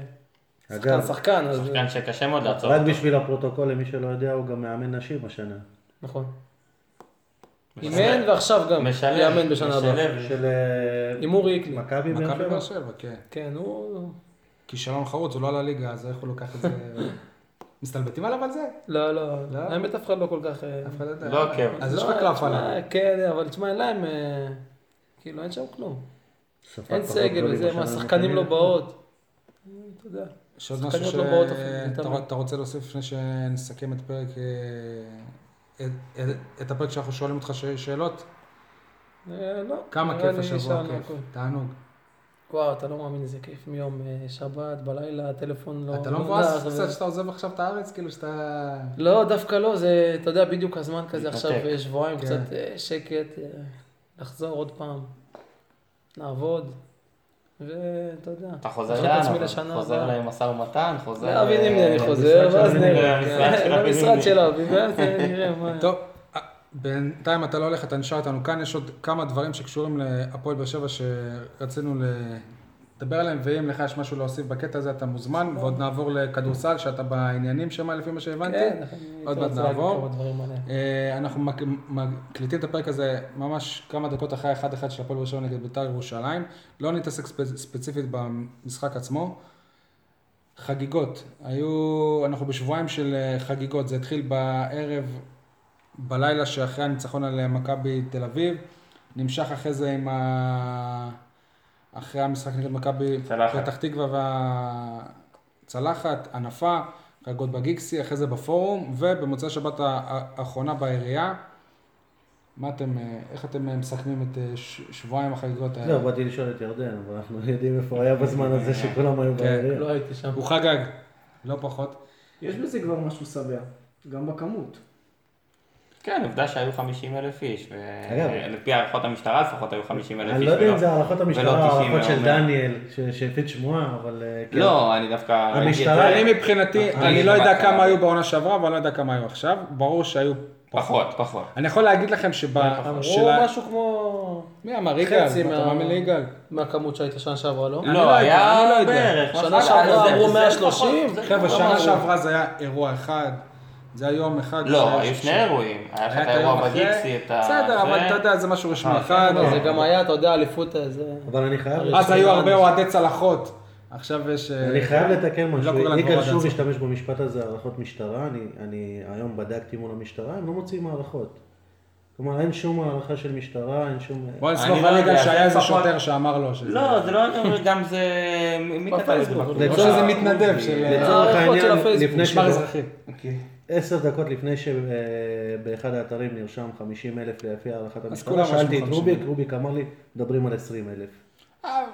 שחקן,
אגב,
שחקן, אז...
שחקן שקשה מאוד לעצור.
רק בשביל הפרוטוקול, למי שלא יודע, הוא גם מאמן נשים השנה.
נכון.
משלב.
אימן ועכשיו גם,
משלב,
יאמן בשנה הבאה.
משלב.
של אה,
כן. עם אורי איקלי.
מכבי באר
מכבי באר
שבע.
שבע, כן.
כן, הוא...
כישלון חרוץ, הוא לא עלה ליגה, אז איך הוא לוקח את זה? מסתלבטים עליו על זה?
לא, לא,
לא?
האמת אף אחד לא כל כך... אה,
אף אחד לא יודע.
לא עוקב.
אז יש
לא,
לך קלף
תשמע,
עליו.
כן, אבל תשמע, אין להם... אה, כאילו, אין שם כלום.
ספג
אין
פחות
לא
סגל
גולים
וזה,
השנה
מה, שחקנים לא
ממכבי.
באות. אתה יודע.
יש עוד משהו
שחקניות לא באות אפילו,
שאתה
אתה אומר.
אתה רוצה להוסיף לפני שנסכם את פרק... אה, את- את- את הפרק שאנחנו שואלים אותך ש- שאלות?
אה, לא.
כמה
נראה
כיף
לי
השבוע,
שאלנו
כיף.
הכל.
תענוג.
וואו, אתה לא מאמין איזה כיף מיום אה, שבת, בלילה, הטלפון לא...
אתה לא
נח,
מבואס
ו-
קצת שאתה עוזב עכשיו את הארץ? כאילו שאתה...
לא, דווקא לא, זה, אתה יודע, בדיוק הזמן כזה עכשיו,
להתנתק.
אה, שבועיים,
כן.
קצת אה, שקט, אה, לחזור עוד פעם, לעבוד, ואתה יודע.
אתה חוזר
להכין את
לאן?
עצמי
אבל?
לשנה
חוזר
הבאה.
למשא ומתן, חוזר...
לאבי נימני אני
אה,
חוזר, ואז
של אבי
נראה.
נימני,
כן,
למשרד של אבי
למשרד
נימני.
של אבי, ואז אה, נראה מה...
טוב, אה, בינתיים אתה לא הולך, אתה נשאר איתנו כאן, יש עוד כמה דברים שקשורים להפועל באר שבע שרצינו לדבר עליהם, ואם לך יש משהו להוסיף בקטע הזה, אתה מוזמן,
לא.
ועוד נעבור לכדורסל, שאתה בעניינים שם, לפי מה שהבנתי.
כן,
עוד
אני
מעט
רוצה להגיד
נעבור.
כמה דברים עליה.
אה, אנחנו מק- מקליטים את הפרק הזה ממש כמה דקות אחרי האחד אחד של הפועל באר שבע נגד בית"ר ירושלים. לא נתעסק ספ- ספציפית במשחק עצמו. חגיגות, היו, אנחנו בשבועיים של אה, חגיגות, זה התחיל בערב, בלילה שאחרי הניצחון על אה, מכבי תל אביב, נמשך אחרי זה עם ה... אחרי המשחק נגד מכבי
צלחת.
פתח תקווה והצלחת, ענפה, חגיגות בגיקסי, אחרי זה בפורום, ובמוצאי שבת ה- האחרונה בעירייה. מה אתם, אה, איך אתם אה, מסכמים את אה, ש- שבועיים החגיגות האלה?
זהו, לא, באתי לשאול את ירדן, אבל אנחנו לא יודעים איפה הוא היה בזמן הזה שכולם היו
כן.
בעירייה.
לא הייתי שם.
הוא חגג, לא פחות.
יש בזה כבר משהו שבע, גם בכמות.
כן, עובדה שהיו 50 אלף איש,
אגב.
ולפי הערכות המשטרה לפחות היו 50 אלף איש.
אני לא יודע
ולא-
אם זה הערכות המשטרה,
ולא 90,
הערכות של
אומר.
דניאל, ש- שהפיץ שמועה, אבל... אה, כן.
לא, אני דווקא... ראיתי את
המשטרה-
זה.
אני מבחינתי,
אה,
אני
אני לא יודע
שמעתי
כמה
עליו.
היו בעונה שעברה, אבל אני לא יודע כמה היו עכשיו. ברור שהיו
פחות, פחות.
אני יכול להגיד לכם שב...
אה,
של
אמרו
ה-
משהו כמו...
מי אמר יגאל?
חצי
אתה
מה-
מאמין ליגאל?
לא
מהכמות שהייתה שנה שעברה, לא?
אני לא
לא,
יודע, אני לא
היה
יודע.
בערך.
שנה
משהו-
שעברה
זה-
אמרו
אה, זה
130.
פחות, זה
חבר'ה,
פחות.
שנה שעברה זה היה אירוע אחד. זה היה יום אחד.
לא,
ש-
היו
ש-
שני אירועים. היה לך
היה
את
את היום
האירוע
אחרי.
בגיקסי, את ה...
בסדר, אבל
זה.
אתה יודע, זה משהו רשמי
אה,
אחד.
לא, זה גם היה, אתה יודע, אליפות אה, איזה...
כן. אבל אני חייב...
אז היו הרבה
זה-
אוהדי צלחות. עכשיו יש... אה,
אני חייב לתקן
לא
משהו,
קורא להם
יגאל
אוהדי
שוב
צלחות.
השתמש במשפט הזה, הערכות משטרה, אני, אני היום בדקתי מול המשטרה, הם לא מוציאים הערכות. כלומר, אין שום הערכה של משטרה, אין שום...
בוא נסמוך
אני לא
על יגאל
יודע,
שהיה
זה
איזה
פחות-
שוטר שאמר לו שזה...
לא, זה לא היה גם זה... מי כתב את זה?
בפייסבוק.
או
לצורך-
לא.
שזה מתנדב של אה,
לצורך
הערכות של
העניין,
הפייסבוק,
לפני
משמר
שזה-
אזרחי.
אוקיי.
עשר דקות לפני שבאחד האתרים נרשם 50 אלף לפי הערכת
כולם
המשטרה,
רשמו
שאלתי את
50,000.
רוביק, רוביק אמר לי, מדברים על 20 אלף.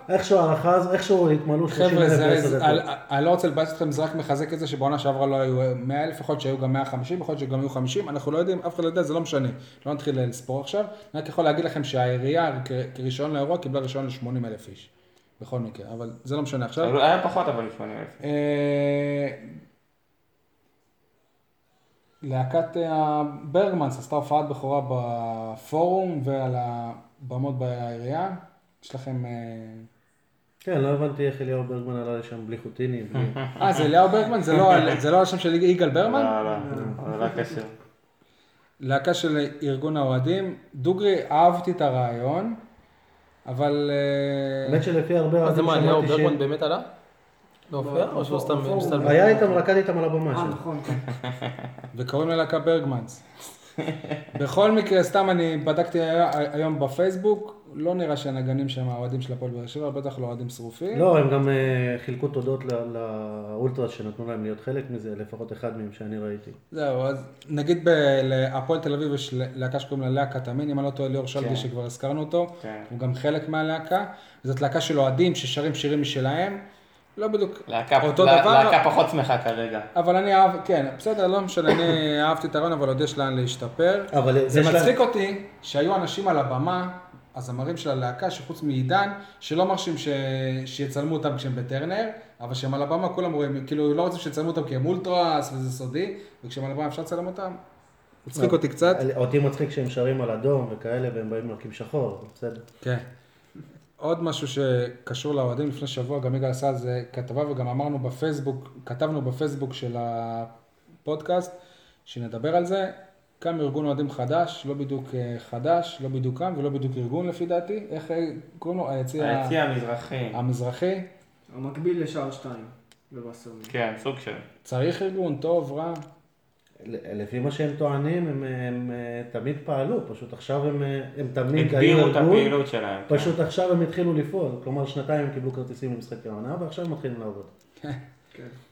איכשהו הערכה, הזו- איכשהו התמלאו 30
חבר'ה,
אלף
זה-
בעשר
זה-
דקות.
אני- אני לא רוצה לבאס אתכם, זה רק מחזק את זה שבעונה שעברה לא היו 100 אלף, יכול להיות שהיו גם 150, יכול להיות שגם היו 50, אנחנו לא יודעים, אף אחד לא יודע, זה לא משנה. לא נתחיל לספור עכשיו, אני רק יכול להגיד לכם שהעירייה כ- כרישיון לאירוע קיבלה רישיון ל-80 אלף איש. בכל מקרה, אבל זה לא משנה עכשיו.
אבל היה פחות אבל 80,000.
אה, להקת הברגמנס עשתה הופעת בכורה בפורום ועל הבמות בעירייה. יש לכם... אה,
כן, לא הבנתי איך אליהו ברגמן עלה לשם בלי חוטיני. בלי-
אה, זה אליהו ברגמן? זה לא על- זה לא השם של יגאל ברגמן?
לא,
אה.
לא, זה לא קשור.
להקה של ארגון האוהדים. דוגרי, אהבתי את הרעיון, אבל... אה,
האמת שלפי הרבה
אז
אוהדים
מה, אליהו
שמעתי
ברגמן
ש...
באמת עלה? לא הופיע? או שהוא סתם
בפורום.
מסתלבט?
היה איתם, רקד איתם על הבמה
אה,
שם.
נכון, כן.
וקוראים ללהקה ברגמנס. בכל מקרה, סתם אני בדקתי הי- היום בפייסבוק, לא נראה שהנגנים שהם האוהדים של הפועל באר שבע, בטח לא אוהדים שרופים.
לא, הם גם אה, חילקו תודות ל- לאולטרס שנתנו להם להיות חלק מזה, לפחות אחד מהם שאני ראיתי.
זהו, אז נגיד ב- להפועל תל אביב יש להקה שקוראים לה לאה קטמין, אם אני לא טועה, ליאור שלגי שכבר הזכרנו אותו,
כן.
הוא גם חלק מהלהקה. זאת להקה של אוהדים ששרים שירים משלהם, לא בדיוק
להקה
אותו
לה-
דבר,
להקה פחות שמחה כרגע.
אבל אני אהב, כן, בסדר, לא משנה, אני אהבתי את הרעיון, אבל עוד יש לאן להשתפר.
אבל
זה
יש לה-
מצחיק אותי שהיו אנשים על הבמה, הזמרים של הלהקה, שחוץ מעידן, שלא מרשים ש... שיצלמו אותם כשהם בטרנר, אבל כשהם על הבמה כולם רואים, כאילו לא רוצים שיצלמו אותם כי הם אולטרס וזה סודי, וכשהם על הבמה אפשר לצלם אותם. מצחיק
לא,
אותי קצת.
אותי מצחיק שהם שרים על אדום וכאלה והם באים לרקים שחור, בסדר.
כן. עוד משהו שקשור לאוהדים, לפני שבוע גם יגאל עשה על זה כתבה וגם אמרנו בפייסבוק, כתבנו בפייסבוק של הפודקאסט, שנדבר על זה. קם ארגון אוהדים חדש, לא בדיוק אה, חדש, לא בדיוק קם ולא בדיוק ארגון לפי דעתי. איך אה, קוראים לו? היציע
היציע המזרחי.
המזרחי.
המקביל לשער שתיים בבאסון.
כן, סוג של.
צריך ארגון, טוב, רע.
ל- לפי מה שהם טוענים, הם, הם, אה, תמיד פעלו, פשוט עכשיו הם, אה, הם תמיד
הגבירו את
ארגון,
הפעילות שלהם. כן.
פשוט עכשיו הם התחילו לפעול, כלומר שנתיים הם קיבלו כרטיסים למשחקי העונה ועכשיו הם מתחילים לעבוד.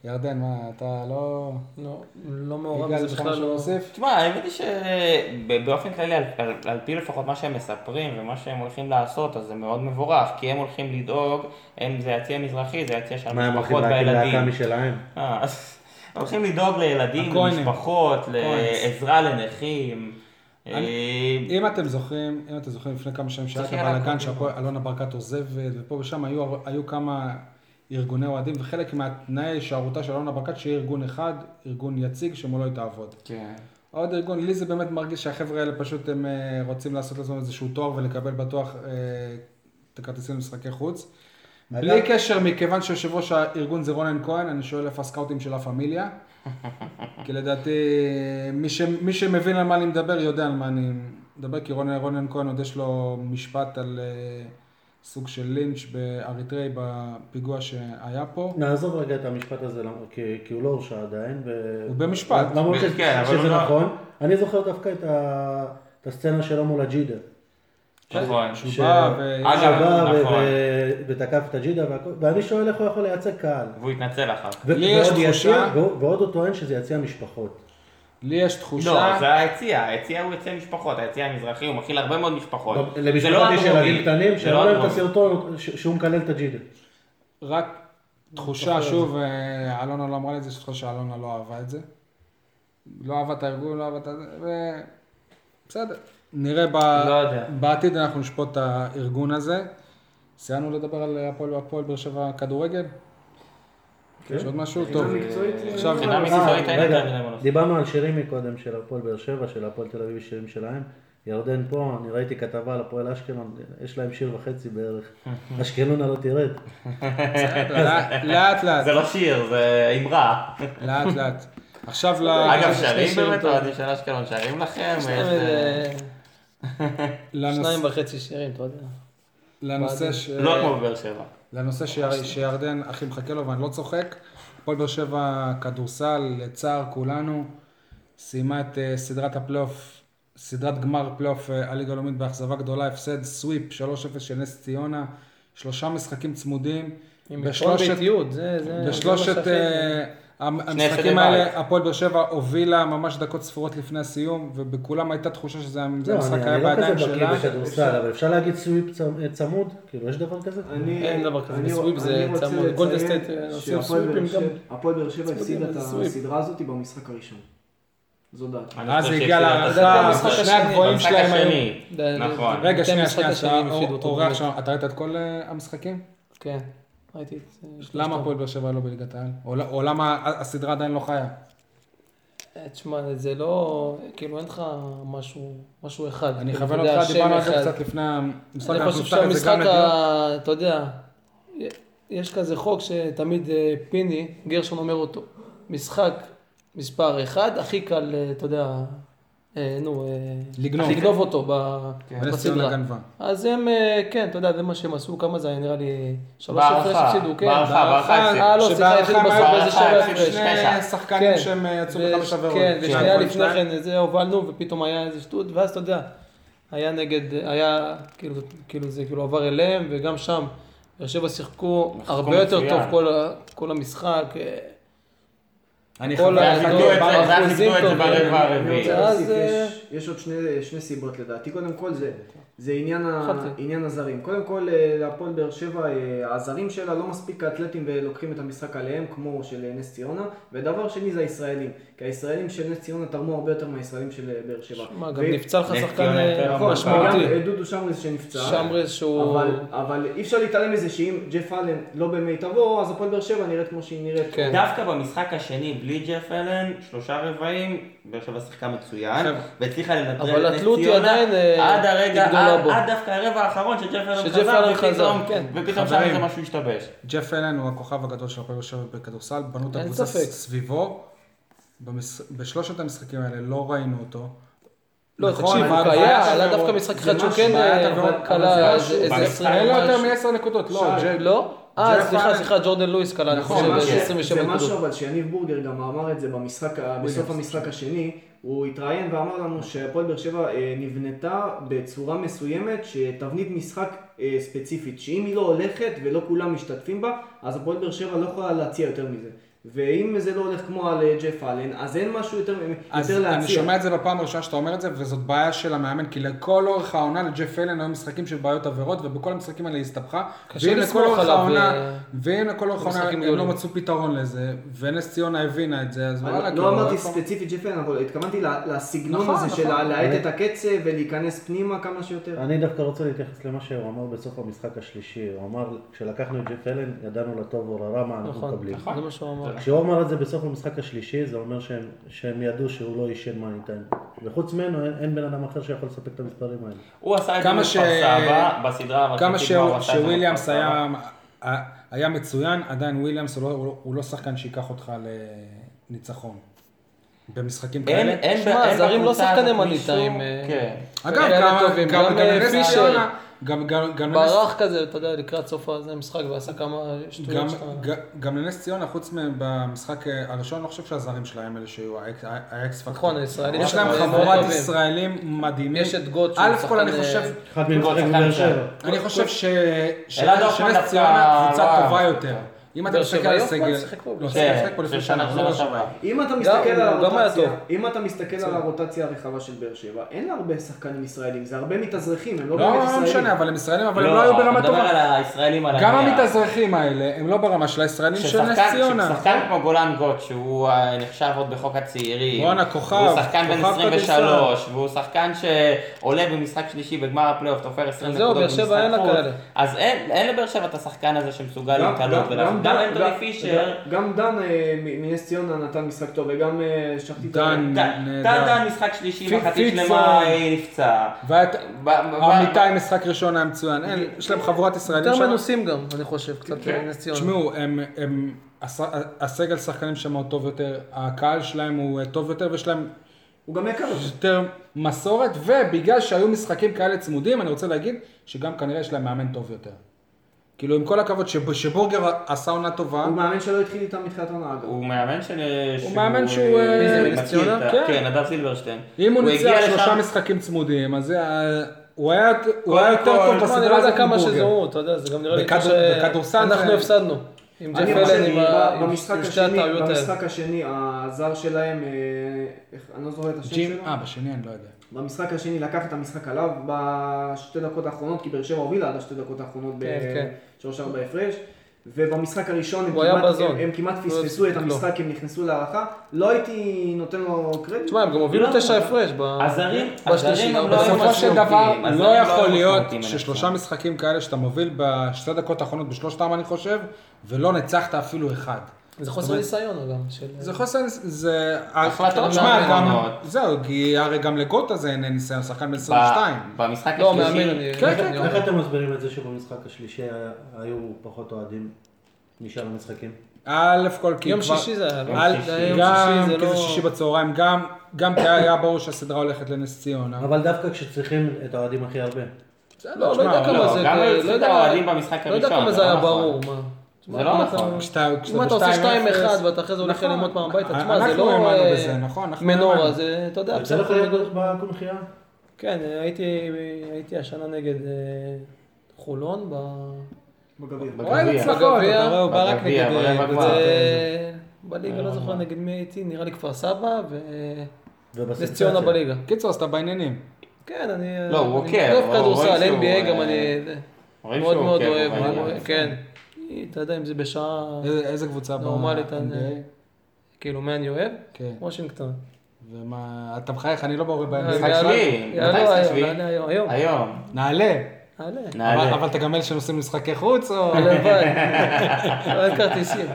ירדן, מה, אתה לא...
לא, לא מעורב
יגאל, יש
בזה
לך משהו
בכלל. לא-
להוסיף?
תשמע, האמת היא שבאופן כללי, על, על, על פי לפחות מה שהם מספרים ומה שהם הולכים לעשות, אז זה מאוד מבורך, כי הם הולכים לדאוג, הם, זה יציע מזרחי, זה יציע של
מה הם הולכים
המשפחות
להקים להקה
והילדים.
משלהם?
אה, אז הם הולכים לדאוג לילדים,
הכהנים.
למשפחות, לעזרה לנכים. אה,
אם אתם זוכרים, אם אתם זוכרים לפני כמה שנים שהיה את
צריך היה
הבלאגן
לעקוב.
שאלונה ברקת עוזבת, ופה ושם היו, היו כמה ארגוני אוהדים, וחלק מהתנאי הישארותה של אלונה ברקת שיהיה ארגון אחד, ארגון יציג שמולו היא תעבוד.
כן.
עוד ארגון, לי זה באמת מרגיש שהחבר'ה האלה פשוט הם אה, רוצים לעשות לעצמם איזשהו תואר ולקבל בטוח אה, את הכרטיסים למשחקי חוץ. בלי קשר, מכיוון שיושב ראש הארגון זה רונן כהן, אני שואל איפה הסקאוטים של לה פמיליה. כי לדעתי, מי, ש, מי שמבין על מה אני מדבר, יודע על מה אני מדבר, כי רונן, רונן כהן עוד יש לו משפט על אה, סוג של לינץ' באריתריאי בפיגוע שהיה פה.
נעזוב רגע את המשפט הזה, למ- כי, כי הוא לא הורשע עדיין. ו...
הוא במשפט.
למרות ש...
כן, אבל
שזה
הוא לא-
נכון. אני זוכר דווקא את, ה... את הסצנה שלו מול הג'ידה.
נכון.
שהוא בא אה, ו...
אגב,
שבא ו-
נכון.
ו- ותקף את הג'ידה והכל, ואני שואל איך הוא יכול לייצג קהל.
והוא התנצל אחר כך.
ו-
לי יש
ועוד
תחושה-
יציע- והוא- ועוד הוא טוען שזה יציע משפחות.
לי יש תחושה...
לא, זה היציע, היציע הוא יציע משפחות, היציע המזרחי, הוא מכיל הרבה מאוד משפחות.
גם
זה לא
למשפחות יש
הדרומי,
ילדים קטנים,
זה לא
שראו להם את
הדרומי.
הסרטון ש- שהוא מקלל את הג'ידה.
רק תחושה, שוב, אה, אלונה לא אמרה לי את זה, יש תחושה שאלונה לא אהבה את זה. לא אהבה את הארגון, לא אהבה את זה, ו... בסדר. נראה ב...
לא יודע.
בעתיד אנחנו נשפוט את הארגון הזה. סיימנו לדבר על הפועל הפועל באר שבע כדורגל? יש עוד משהו? טוב.
מקצועית,
עכשיו,
מבחינה
אה,
מקצועית אין
רגע,
יותר מדי מה להוסיף.
דיברנו על שירים מקודם של הפועל באר שבע, של הפועל תל אביב, יש שירים שלהם. ירדן פה, אני ראיתי כתבה על הפועל אשקלון, יש להם שיר וחצי בערך. אשקלונה לא תרד.
לאט לאט,
אה,
זה לא שיר, זה אמרה.
לאט לאט. עכשיו ל...
אגב,
שני
שרים
שירים
באמת,
טובים.
אוהדים של אשקלון, שרים לכם?
יש
איך
להם
זה-
איזה
לנוש-
אה, שניים וחצי שירים, אתה יודע.
לנושא ש...
לא כמו בבאר שבע.
לנושא
אוקיי.
שיר, שירדן הכי מחכה לו ואני לא צוחק. הפועל באר שבע כדורסל, לצער כולנו, סיימה את אה, סדרת הפלייאוף, סדרת גמר פלייאוף אה, הליגה הלאומית באכזבה גדולה, הפסד סוויפ 3-0 של נס ציונה, שלושה משחקים צמודים.
עם ביטחון
בשלושת,
ביתיות, זה... זה- זה מה
בשלושת
שהכי-
אה, המ-
לא שני הפסדי
המשחקים האלה,
בית.
הפועל באר שבע הובילה ממש דקות ספורות לפני הסיום, ובכולם הייתה תחושה שזה זה
לא,
המשחק
אני-
היה
אני לא
בידיים
כזה בקיא
שלה.
בכדורסל, אבל אפשר להגיד סוויפ צמ- צמוד? כאילו, יש דבר כזה?
אני,
אין דבר כזה,
אני-
בסוויפ
אני
זה
רוצה
צמוד.
לציין
גולדן סטייט, אה, עושים
שהפועל
סוויפים
באר
גם.
שבע- הפועל באר שבע
צמודים
הפסידה את
על סוויפ.
הסדרה הזאת במשחק הראשון. זו דעתי.
אני
אז
חושב
אה, הגיע
שהפסידה את הסדרה.
להערכה,
המשחק
שני
השני,
הגבוהים
במשחק
שלהם היו...
השני.
די, די,
נכון.
די.
רגע,
בינתיים
שנייה,
המשחק
שנייה,
השני
שנייה,
הפסידו אותו
אורח
בדיוק.
שם, אתה ראית את כל אה, המשחקים?
כן, ראיתי את זה.
למה הפועל באר שבע לא בליגת העל? או ל- או למה הסדרה עדיין לא חיה?
אה, תשמע, זה לא, כאילו אין לך משהו, משהו אחד.
אני
כאילו,
אכוון
אתה יודע,
אותך, דיברנו על זה
שם אחד.
קצת לפני המשחק,
אני
אנחנו נפתח
חושב
את זה גם
שהמשחק,
לדיון.
ה- אתה יודע, יש כזה חוק שתמיד אה, פיני, גרשון אומר אותו, משחק מספר אחד, הכי קל, אה, אתה יודע, אה, נו, אה,
לגנוב. כן.
לגנוב אותו ב-
בנס ציונה
בסדרה.
גנבה.
אז הם, אה, כן, אתה יודע, זה מה שהם עשו, כמה זה היה, נראה לי, שלוש הפרש
בהערכה,
הפסידו, כן.
בהערכה, בהערכה, הפסידו.
אה, לא, סליחה,
שבהערכה
התחילו
מה-
בסוף באיזה
בהערכה
שבע
הפסידו
הפרש.
שני
תשע.
שחקנים
כן.
שהם אה, יצאו
וש-
בחמש עבירות.
כן,
כן,
ושנייה
כל
לפני
שניים.
כן, זה הובלנו, ופתאום היה איזה שטות, ואז אתה יודע, היה נגד, היה, כאילו, כאילו זה כאילו עבר אליהם, וגם שם, באר שבע שיחקו
שיחקו
הרבה יותר
מצוין.
טוב כל ה- כל המשחק, אה,
אני
כן,
אה,
כל
חייב
ה-
ואז
להגיד,
איבדו את זה,
ברח-
ואז
באחוזים
איבדו את זה כן.
טובים.
ברבע
אני
הרביעי.
רוצה
ואז,
להוסיף,
אה,
יש- יש עוד שני- שני סיבות לדעתי. קודם כל זה- זה עניין ה-
יכולתי.
עניין הזרים. קודם כל, אה, להפועל באר שבע, אה, הזרים שלה לא מספיק אתלטים ולוקחים את המשחק עליהם, כמו של אה, נס ציונה. ודבר שני זה הישראלים. כי הישראלים של נס ציונה תרמו הרבה יותר מהישראלים של אה, באר שבע.
מה, גם
ו-
נפצע לך
נס
שחקן
ציונה
אה,
יותר
נכון,
משמעותי,
גם, אה, דודו שמרס שנפצע.
שמרס שהוא...
אבל, אבל אי אפשר להתעלם מזה שאם ג'ף אלן לא במיטבו, אז הפועל באר שבע נראית כמו שהיא נראית.
כן.
דווקא במשחק השני, בלי ג'ף אלן, שלושה רבעים, באר שבע שיחקה מצוין,
עכשיו-
והצליחה
אבל
לנטרל את נס
התלות היא
ציונה,
עדיין, אה,
עד הרגע,
גדולה
עד-
בו.
עד דווקא הרבע האחרון שג'ף אלן
שג'ף אלן
חזר,
חזר,
ופתאום-
כן.
ופתאום שם
חברים.
איזה משהו השתבש.
ג'ף אלן הוא הכוכב הגדול של הפועל באר שבע בכדורסל, בנו את
אין
הקבוצה
ספק.
סביבו. במש- בשלושת המשחקים האלה לא ראינו אותו.
לא,
נכון,
תקשיב,
אבל
הוא
בעיית
קיים, עלה
עבירות.
דווקא משחק אחד שהוא
משהו,
כן
בעיית
אה,
עבירות, אבל זה
כלה
משהו.
איזה איזה
במשחק
20...
אין לו יותר
משהו.
מ-10 נקודות, לא,
שי.
ג'ק.
לא? אה,
ג'ף
סליחה,
אלן.
סליחה, ג'ורדן לואיס כלה, אני
נכון,
חושב,
זה
משהו-
משהו-
27
זה
נקודות.
משהו אבל שיניב בורגר גם אמר את זה במשחק, ה- בסוף המשחק השני, הוא התראיין ואמר לנו שהפועל באר שבע אה, נבנתה בצורה מסוימת, שתבנית משחק אה, ספציפית, שאם היא לא הולכת ולא כולם משתתפים בה, אז הפועל באר שבע לא יכולה להציע יותר מזה. ואם זה לא הולך כמו על אה, ג'ף אלן, אז אין משהו יותר,
אז
יותר להציע.
אני שומע את זה בפעם הראשונה שאתה אומר את זה, וזאת בעיה של המאמן, כי לכל אורך העונה לג'ף אלן היו משחקים של בעיות עבירות, ובכל המשחקים האלה היא הסתבכה.
קשה
ואם
לסמוך
לכל אורך
עליו,
העונה-
אה,
ואם לכל אורך העונה
במשחקים
הם
גדולים.
לא מצאו פתרון לזה, ונס ציונה הבינה את זה, אז
אני
וואלה, כאילו,
לא אמרתי
איפה-
ספציפית ג'ף אלן, אבל התכוונתי ל- לסגנון
נכון,
הזה של
נכון.
להאט את הקצב ולהיכנס פנימה כמה שיותר.
אני דווקא רוצה להתייחס למה שהוא אמר בסוף המשחק השלישי. הוא אמר, כשלקחנו את ג'ף אלן, ידענו לטוב או לרע מה אנחנו
נכון,
מקבלים.
זה מה שהוא אמר.
כשהוא אמר את זה בסוף המשחק השלישי, זה אומר שהם, שהם ידעו שהוא לא עישן מה ניתן. וחוץ ממנו, אין, אין בן אדם אחר שיכול לספק את המספרים האלה.
הוא עשה את זה
כמה
בכפר
ש-
סבא, בסדרה המרכזית,
כמה
כבר הוא
ש-
עשה את זה
שוויליאמס
בכפר סבא.
היה- היה מצוין, עדיין וויליאמס הוא לא- הוא לא- הוא לא שחקן שייקח אותך לניצחון. במשחקים
אין,
כאלה.
אין,
שמע,
אין
הזרים לא
בקבוצה
שחקני
הזאת
מניטה,
מישהו-
הם, אה,
כן.
אגב,
כאלה
גם-
טובים,
גם
גם,
גם
אה,
נס
פישר.
ציונה, גם- גם- גם לנס-
ברח כזה, אתה יודע, לקראת סוף המשחק ועשה כמה
גם-
שטויות שאתה...
ג- גם לנס ציונה, חוץ מבמשחק הראשון, אני לא חושב שהזרים שלהם אלה שהיו האקס- האקס פקטור.
נכון, הישראלים
יש להם
שלהם מאוד
חבורת
טובים.
ישראלים מדהימים.
יש את גוט, שהוא
אלף כל אני
שחקן, אה,
חושב,
אחד מהם
גול
משחק
שחקן
בבאר
שם.
שבע.
אני חושב ש- ש-
אלעד הופמן
שנס
דווקא
ציונה
לא
קבוצה
היה
טובה
משחק.
יותר. אם אתה
באר
מסתכל
שבע
על
לא
הסגל,
שיחק פה.
לא,
כן,
שיחק פה לפני
של שנה
שנה, זה לא
שעברה.
אם אתה מסתכל על
הוא גם היה
הרוטציה,
טוב.
אם אתה מסתכל על הרוטציה הרחבה של באר שבע, אין לה הרבה שחקנים ישראלים, זה הרבה מתאזרחים, הם לא באמת
לא,
ישראלים.
לא משנה, אבל הם ישראלים, אבל הם לא היו ברמה
אתה מדבר על
טובה.
הישראלים על
גם
הנייר.
המתאזרחים האלה, הם לא ברמה של הישראלים של נס
ששחקן-
ציונה. נכון?
ששחקן כמו גולן גוט, שהוא אה, נחשב עוד בחוק הצעירים.
בואנה, כוכב,
הוא שחקן בן
כוכב
23, והוא שחקן שעולה במשחק שלישי בגמר הפלייאוף, תופר 20
אז זהו,
נקודות
באר
במשחק
שבע אין לה
חוץ.
כאלה.
אז אין אין לבאר שבע את השחקן הזה שמסוגל
גם-
להתעלות.
גם-
ולעשות.
גם
גם
דן-
אנטוני
גם-
פישר.
גם דן אה, מ- מנס ציונה נתן משחק טוב, וגם אה, שכחתי את
דן,
ד-
נהדר.
דן דן משחק שלישי,
פי-
מחצית
פיצו.
שלמה אה, נפצע.
ואת-
ב- ב-
אמיתי משחק ראשון היה מצוין, אין, יש להם חבורת ישראלים
יותר
שם.
מנוסים גם, אני חושב, קצת אה, נס ציונה.
תשמעו, הם, הם, הס- הסגל שחקנים שם הוא טוב יותר, הקהל שלהם הוא אה, טוב יותר ויש להם
הוא גם יקר.
יותר מסורת, ובגלל שהיו משחקים כאלה צמודים, אני רוצה להגיד שגם כנראה יש להם מאמן טוב יותר. כאילו, עם כל הכבוד, שב, שבורגר עשה עונה טובה,
הוא מאמן שלא התחיל איתם מתחילת העונה אגב.
הוא מאמן של... שהוא-
מאמן שהוא, אה,
מי זה,
מי זה,
מכיר
נס ציונה?
את ה-
כן.
כן, נדב סילברשטיין.
אם הוא
הגיע
ניצח
לשם-
שלושה משחקים צמודים, אז זה, ה- הוא היה, הוא היה יותר
כל-
טוב
תשמע,
תשמע,
אני לא
בסדרה הזאת
יודע כמה שזה
מבורגר.
הוא, אתה יודע, זה גם נראה לי
בכדור-
קשה-
בכדורסל
אנחנו
זה-
הפסדנו. עם ג'ף
אני
אלן,
חושב
עם ה- עם
שבמשחק
שתי
השני,
הטעויות האלה.
במשחק השני, הזר שלהם, אה, איך- אני לא זוכר את השם
ג'ים,
שלו.
אה, בשני אני לא יודע.
במשחק השני לקח את המשחק עליו בשתי דקות האחרונות, כי באר שבע הובילה עד השתי דקות האחרונות
כן, כן.
בשלוש ארבע הפרש. ובמשחק הראשון הם
הוא היה
כמעט-
בזון.
הם- הם כמעט
לא
פספסו את
הפסיק לו.
המשחק, הם נכנסו להערכה, לא הייתי נותן לו קרדיט.
תשמע, הם גם הובילו
לא,
תשע
לא.
הפרש ב-
הזרים,
בשלישי,
הזרים הם לא היו
בסופו של דבר,
משמעותיים, הזרים
לא יכול
היו
להיות
משמעותיים
ששלושה
מנצחים.
משחקים כאלה שאתה מוביל בשתי דקות האחרונות בשלושתם, אני חושב, ולא ניצחת אפילו אחד.
זה חוסר ניסיון גם. של-
זה חוסר, ניס- זה...
החלטות
תשמע,
לא
גם-
נכונות.
זהו, כי הרי גם לגוטה זה אין ניסיון, שחקן בן
ב-
22.
במשחק
לא, מאמן,
השלישי,
אני...
כן,
אני-
כן,
אני-
איך אתם מסבירים את זה שבמשחק השלישי היה- היו פחות אוהדים משאר המשחקים?
א' כל כי
יום
כבר-
שישי זה היה.
יום
אל-
שישי.
גם
זה
כי זה
לא-
שישי בצהריים, גם, גם כי היה ברור שהסדרה הולכת לנס ציונה.
אבל דווקא כשצריכים את האוהדים הכי הרבה.
בסדר, לא
תשמע,
יודע כמה
לא,
זה...
גם
לא
הפסיד
יודע-
האוהדים במשחק
לא יודע
הראשון,
כמה
זה
זה
לא
היה
נכון.
ברור, מה. תשמע,
זה לא
אם
נכון.
אתה-
כשאתה- כשאתה
אם אתה עושה
2-0,
2-1 ואתה אחרי זה הולך
נכון.
ללמוד מהבית, תשמע,
אנחנו
זה לא
האמנו
אה,
בזה, נכון, אנחנו
מנורה,
האמנו.
זה, אתה יודע,
יוצא
בסך
לך
לא
הכל...
לא להיות בקונחייה?
כן, הייתי, הייתי השנה נגד אה, חולון, ב...
בגביע.
אוהד
בגביע.
הצלחות, נכון, אתה רואה, הוא בא רק
בגביע,
נגד...
ברבע
אה,
גמר.
קבוצות, אה,
ו- בליגה, לא זוכר נגד מי הייתי, נראה לי כפר סבא, ונס
ובסנסציה.
ציונה בליגה.
קיצור, אז אתה בעניינים.
כן, אני...
לא, הוא
אני
עוקב,
אוהב
אבל רואים
כדורסל,
שהוא,
NBA גם
אה,
אני...
רואים
מאוד
שהוא אוקיי,
מאוד
עוקב,
אוהב,
אבל-
אני רואה, כן. אתה יודע אם זה בשעה
איזה איזה קבוצה ב-
נורמלית, אני-
NBA?
כאילו, מה אני אוהב?
כן.
וושינגטון.
ומה, אתה מחייך, אני לא
אה,
ברור בהם.
משחק
יעלו-
שביעי,
יעלו
מתי משחק
היום,
שביעי?
יעלה היום, היום.
היום,
נעלה.
יעלה.
אבל
נעלה. אה.
אבל אתה גם אלה שנוסעים למשחקי חוץ, או...
הלוואי. לא אין כרטיסים.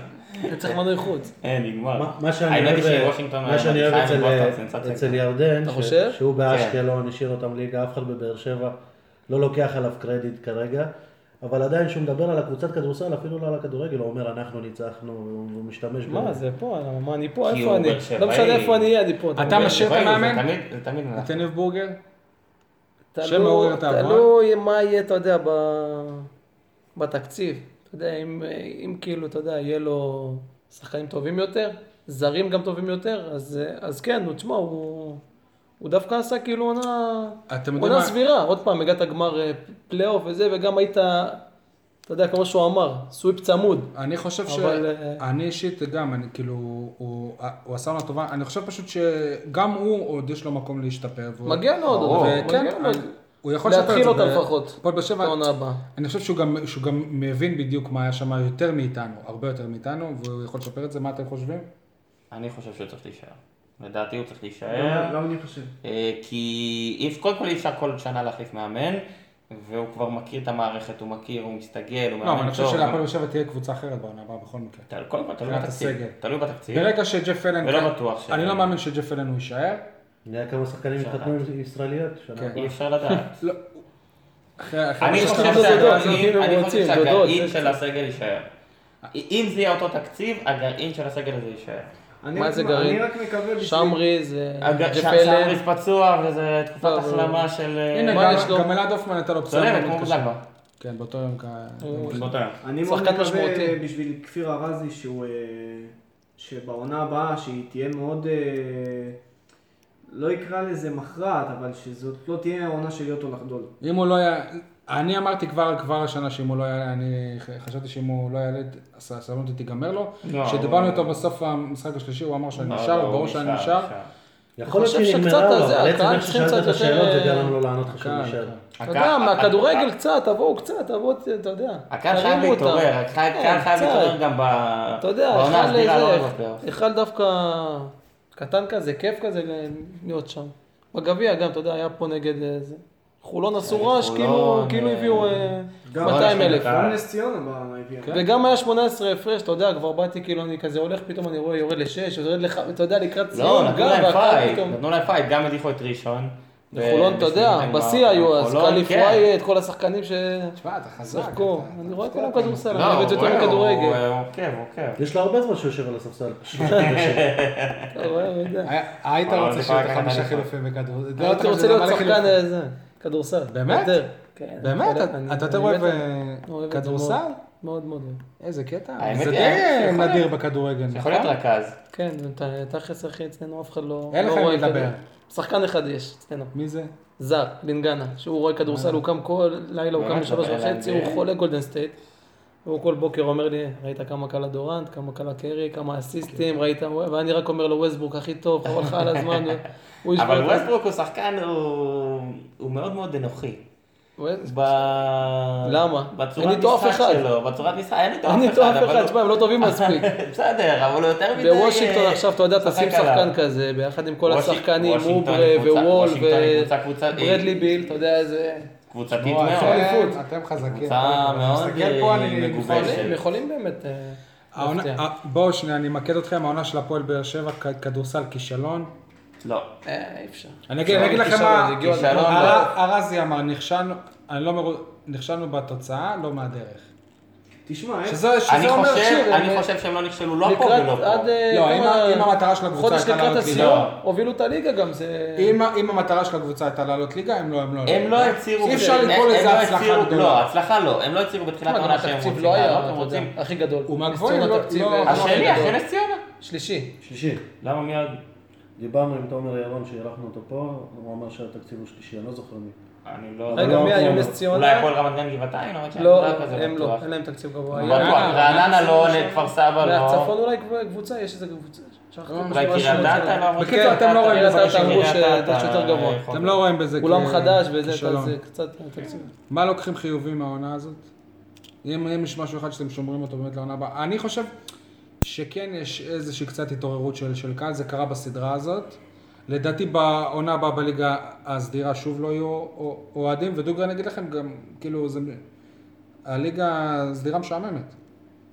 אתה צריך מנוי חוץ.
אין, נגמר.
מה- מה שאני
האמת היא
אוהב,
שוושינגטון
מה שאני אוהב
מצליחה
אצל- אה,
עם בוסטון, סנסציה.
אצל ירדן,
אתה
ש-
חושב?
שהוא
כן.
באשקלון, השאיר אותם ליגה, אף אחד בבאר שבע לא לוקח עליו קרדיט כרגע, אבל עדיין כשהוא מדבר על הקבוצת כדורסל, אפילו לא על הכדורגל, הוא אומר אנחנו ניצחנו, והוא משתמש
מה
בזה.
זה פה? למה, מה אני פה?
כי
איפה
הוא
אני?
באר שבעי.
לא משנה איפה אני אהיה, אני פה.
אתה
מבין?
משאיר את
אוקיי, זה
המאמן?
תמיד- זה תמיד אנחנו.
את יניב בורגר?
תלוי-
שם מעורר את ההבראה?
תלוי מה יהיה, אתה יודע, ב- בתקציב. אתה יודע, אם, אם כאילו, אתה יודע, יהיה לו שחקנים טובים יותר, זרים גם טובים יותר, אז, אז כן, נו, תשמע, הוא, הוא דווקא עשה כאילו עונה,
אתם יודעים
עונה
מה?
סבירה. עוד פעם, הגעת גמר אה, פלייאוף וזה, וגם היית, אתה יודע, כמו שהוא אמר, סוויפ צמוד.
אני חושב ש...
אבל, אה,
אני אישית גם, אני כאילו, הוא הוא עשה לנו טובה, אני חושב פשוט שגם הוא עוד יש לו מקום להשתפר. והוא-
מגיע לו עוד,
ברור.
אבל-
וכן,
מגיע לו עוד.
הוא יכול לשפר את זה.
להתחיל אותה
ו-
לפחות.
הפועל באר שבע,
העונה הבאה.
אני חושב שהוא גם, שהוא גם מבין בדיוק מה היה שם יותר מאיתנו, הרבה יותר מאיתנו, והוא יכול לשפר את זה, מה אתם חושבים?
אני חושב שהוא צריך להישאר. לדעתי הוא צריך
לא,
גם
להישאר.
גם לא, אני חושב.
אה, כי אי- קודם כל אי אפשר כל שנה להחליף מאמן, והוא כבר מכיר את המערכת, הוא מכיר, הוא מסתגל, הוא מאמן טוב. אה.
לא, אבל אני חושב
הוא-
שלהפועל באר שבע תהיה קבוצה אחרת בעונה הבאה בכל מקרה.
תל- קודם כל תלוי
מבחינת
בתקציב.
הסגל.
תלוי בתקציב.
ברגע שג'ף אלן...
ולא בטוח ש-
אני לא מאמין שג'ף אלן הוא יישאר.
נראה כמה שחקנים התחתנו עם ישראליות שנה.
כן.
אי אפשר לדעת.
לא. אחרי- אחרי
אני
מה
חושב
שקרה
דודות,
בסדרה
דודות,
הזאת-
שהגרעין,
דודות,
אני
רוצים,
חושב
דודות,
שהגרעין
זה-
של הסגל יישאר. אם זה יהיה אותו תקציב, הגרעין של הסגל הזה יישאר.
אני
מה
רק-
זה גרעין?
אני רק מקווה בשביל-
שמרי אה, זה...
הג- ש-
ג'פלן.
שהמריץ פצוע וזה תקופת
לא,
החלמה של... אה,
הנה,
מה
גם-
יש לו?
גם אלעד הופמן הייתה לו פצעה
צולמת
מאוד
כמו
קשה.
זלבה.
כן, באותו יום כ- כן.
אני מאוד
שחקן
מקווה
משמעותי.
בשביל כפיר ארזי שהוא... אה, שבעונה הבאה שהיא תהיה מאוד... אה, לא אקרא לזה מכרעת, אבל שזאת לא תהיה העונה של להיות או לחדול.
אם הוא לא היה... אני אמרתי כבר, כבר השנה שאם הוא לא יעלה, אני ח- חשבתי שאם הוא לא יעלה, הס- הסבלנות תיגמר לו.
לא,
כשדיברנו
הוא-
איתו בסוף המשחק השלישי, הוא אמר שאני
לא,
נשאר,
לא,
ברור
הוא
שאני
נשאר,
נשאר.
נשאר.
יכול להיות
אני חושב
שהיא
שקצת
נגמרה לו,
זה,
אבל עצם
הקהל
איך
צריכים קצת
ששאלת את השאלות זה כן,
יותר-
גרם לו לענות לך שהוא
הקהל,
נשאר.
הקהל.
אתה
הקהל-
יודע, מהכדורגל קצת, תבואו קצת, תבואו, אתה יודע.
הקהל חייב
תרימו אותם.
להתעורר, הקהל
כן,
הקהל חייב
קצת.
להתעורר גם ב-
אתה יודע,
בעונה
היכל
הסדירה, לא רק
לזה,
בפלייאוף.
היכל דווקא קטן כזה, כיף כזה ל- להיות שם. בגביע גם, אתה יודע, היה פה נגד איזה... חולון עשו רעש,
כן, חולון,
כאילו
אה,
כאילו הביאו אה,
גם
200 אלף. כן.
אה.
גם נס ציונה במביאה.
וגם היה 18 הפרש, אתה יודע, כבר באתי, כאילו, אני כזה הולך, פתאום אני רואה, יורד לשש, יורד לך, אתה יודע, לקראת
לא,
ציון,
נתנו
גם,
להם
והקהל
פייט,
פתאום...
נתנו להם פייט, גם הדיחו את ראשון.
חולון, אתה יודע,
ב-
בשיא היו אז,
חולון,
קליף
כן.
וואי, את כל השחקנים ש...
תשמע, אתה חזק.
שחקו.
אתה-
אני רואה כאילו כולם כדורסל, אני
לא,
אוהב את זה יותר
הוא- הוא אה,
מכדורגל.
הוא עוקב, הוא עוקב.
יש לו הרבה זמן שהוא יושב על הספסל.
אתה רואה, לא, הוא יודע.
היה- היית
אבל
רוצה
זה
שיהיו
כבר נכון.
לך
היה
חמישה
קטן.
חילופים בכדור. לא,
הייתי
אה, אתה-
רוצה
זה
להיות
מלא
שחקן
חילופים.
איזה, כדורסל.
באמת?
יותר. כן,
באמת?
אתה יודע,
אתה-
אני-
אתה
אני
יותר אוהב
באמת
אה,
אוהב את זה
כדורסל?
מאוד. מאוד מאוד. אוהב.
איזה קטע.
האמת
זה
היא, אה,
די
יכול
נדיר
להיות.
בכדורגל, נכון?
יכול להיות רכז.
כן, ת- תכלס אחי, אצלנו אף אחד לא...
אין
לא
לך
רואה
עם מי לדבר.
כדור. שחקן אחד יש אצלנו,
מי זה?
זר, בנגנה, שהוא רואה
אה.
כדורסל, הוא קם כל לילה, הוא קם
באמת?
בשלוש
אבל
וחצי,
אין-
הוא חולה גולדן סטייט. הוא כל בוקר אומר לי, ראית כמה קלה דורנט, כמה קלה קרי, כמה
כן.
אסיסטים, ראית, ואני רק אומר לו, ווסטבורק הכי טוב, חבל לך על הזמן. הוא ישבור
אבל
את
ווסטברוק הוא שחקן, הוא הוא מאוד מאוד אנוכי. ב...
למה? אין
בצורת
איתו אף
משחק
אחד.
שלו, בצורת משחק, אין איתו אף אחד.
אין איתו אף
אבל
אחד,
הוא-
תשמע, הם לא טובים מספיק.
בסדר, אבל הוא יותר מדי...
בוושינגטון
אה,
עכשיו, אתה יודע,
משחק
תשים
עליו.
שחקן כזה, ביחד עם כל
וושינג-
השחקנים,
וושינגטון
אוברה
היא קבוצה-
ווול
וושינגטון היא קבוצה- קבוצה-
וברדלי ביל, אתה יודע איזה...
קבוצתית
נו,
מאוד.
אפשר-
אתם- אתם חזקים.
קבוצה מאוד,
מסתכל פה,
אה,
אני
מגובשת.
מגובש.
הם יכולים באמת... אה,
העונה-
להפתיע.
ה- בואו שנייה, אני אמקד אתכם, העונה של הפועל באר שבע, כ- כדורסל כישלון.
לא.
אה, אי אפשר.
אני אגיד אני אגיד לכם
כישלון, זה
מה,
הגיע עד-
כישלון. לא.
הר- הרזי אמר, נכשלנו, אני לא מרוצ... נכשלנו בתוצאה, לא מהדרך.
תשמע, איך-
שזה, שזה
אני
אומר
חושב-
שיר, הם-
אני חושב שהם לא נכשלו לא פה ולא
לקראת, עד...
פה.
אה,
לא,
כמה-
אם ה- אם המטרה של הקבוצה
חודש
הייתה
לקראת
לעלות
הסיום,
ליגה.
הובילו את הליגה גם, זה...
אם, ה- אם המטרה של הקבוצה הייתה לעלות ליגה, הם לא, הם לא.
הם
עלו.
לא הצהירו...
אי אפשר
הם-
לקרוא
הם
לזה
לא
הצלחה
הצהירו- לא,
גדולה.
הצלחה לא. הם לא הצהירו בתחילת
תשמע, גם
העונה שהם
התקציב
רוצים
לא היה,
לעלות, הם
אתה יודע,
רוצים...
הכי גדול.
הוא מהגבוהים,
ניצול
לא-
התקציב,
לא-
אה,
לא
השני,
הכי
אחרי
גדול.
נס ציונה.
שלישי.
שלישי.
למה מי עוד?
דיברנו עם תומר ירון, שאירחנו אותו פה, הוא אמר שהתקציב הוא שלישי, אני לא זוכר מי.
אני לא...
רגע,
לא,
מי היום
לא.
נס
אולי
ציונה?
הפועל רמת גן גבעתיים? למרות שאין
לא,
דבר כזה
הם לא,
בטוח.
אין להם תקציב גבוה.
בטוח, רעננה לא עולה, כפר סבא לא...
אה, מהצפון אולי קב- קבוצה, יש איזה קבוצה. שכחתי את
אולי
השם
קריית
שלה.
אתא לא...
בקיצור, אתם לא רואים
קריית
בזה
אתא
שום-
אמרו
קריית אתא
שאתה
יותר גבוה.
יכול.
אתם לא רואים בזה
אולם
כ-
חדש וזה, אתה-
כישלון.
זה קצת תקציב.
מה לוקחים חיובי מהעונה הזאת? אם, אם יש משהו אחד שאתם שומרים אותו באמת לעונה הבאה. אני חושב שכן יש איזושהי קצת התעוררות של, של קהל, זה קרה בסדרה הזאת. לדעתי בעונה הבאה בליגה הסדירה שוב לא יהיו או- אוהדים, ודוגרי אני אגיד לכם גם, כאילו, זה... הליגה הסדירה משעממת.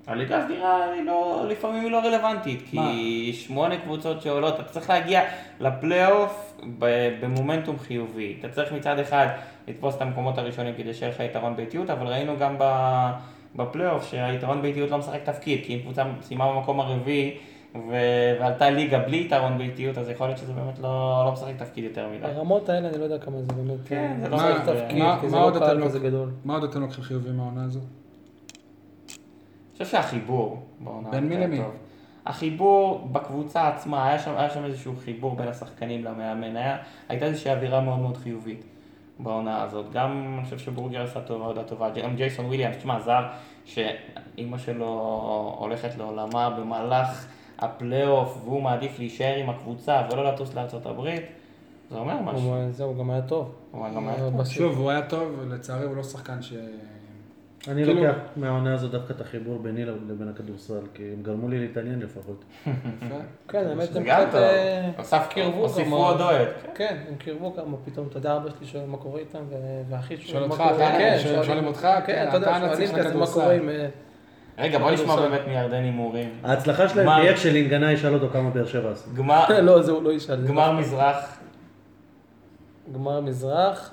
הליגה הסדירה היא לא, לפעמים היא לא רלוונטית, כי שמונה קבוצות שעולות, אתה צריך להגיע לפלייאוף ב- במומנטום חיובי. אתה צריך מצד אחד לתפוס את המקומות הראשונים כדי שיהיה לך יתרון ביתיות, אבל ראינו גם ב- בפלייאוף שהיתרון ביתיות לא משחק תפקיד, כי אם קבוצה סיימה במקום הרביעי ו- ועלתה ליגה בלי יתרון ביתיות, אז יכול להיות שזה באמת לא, לא משחק תפקיד יותר מדי.
הרמות האלה, אני לא יודע כמה זה באמת.
כן, זה לא
לא
משחק
צריך
תפקיד,
תפקיד,
מה-
כי זה
מה
לא
עוד אתם
קהל
לוק-
כזה גדול.
מה עוד אתם לוקחים חיובי מהעונה הזאת?
אני חושב שהחיבור בעונה
בין מי
יותר
למי?
טוב. החיבור בקבוצה עצמה, היה שם, היה שם איזשהו חיבור בין השחקנים למאמן, היה, הייתה איזושהי אווירה מאוד מאוד חיובית בעונה הזאת. גם אני חושב שבורגר עשה טובה, עבודה טובה, גם ג'ייסון וויליאמס, תשמע, זר שאימא שלו הולכת לעולמה במהלך הפלייאוף והוא מעדיף להישאר עם הקבוצה ולא לטוס לארצות הברית, זה אומר משהו.
הוא- זהו, גם היה טוב. אה,
הוא גם היה טוב.
בסוף.
שוב, הוא היה טוב, לצערי הוא לא שחקן ש...
אני
כאילו-
לוקח מהעונה הזאת דווקא את החיבור ביני לבין הכדורסל, כי הם גרמו לי להתעניין לפחות.
יפה.
כן, האמת,
זה
הם
גם
קצת...
טוב.
אה,
הוסף-
קירבו
הוסיפו
כמה-
עוד אוהד. כן.
כן, הם קירבו כמה פתאום, אתה יודע, אבא שלי שואל מה קורה איתם, ו- ואחי
שואל
מה
אותך,
קורה.
אתה-
כן,
שואל- שואלים אותך, כן,
כן, אתה יודע,
אתה הנציג
שואלים
של
כזה מה
הכדורסל.
קורה עם... אה,
רגע, בוא נשמע
הכדורסל.
באמת מירדן הימורים.
ההצלחה שלהם
מה?
תהיה כשלינגנה ישאל אותו כמה באר שבע עשו.
גמר-
לא, זה הוא לא ישאל. זה
גמר מזרח.
לא. גמר מזרח.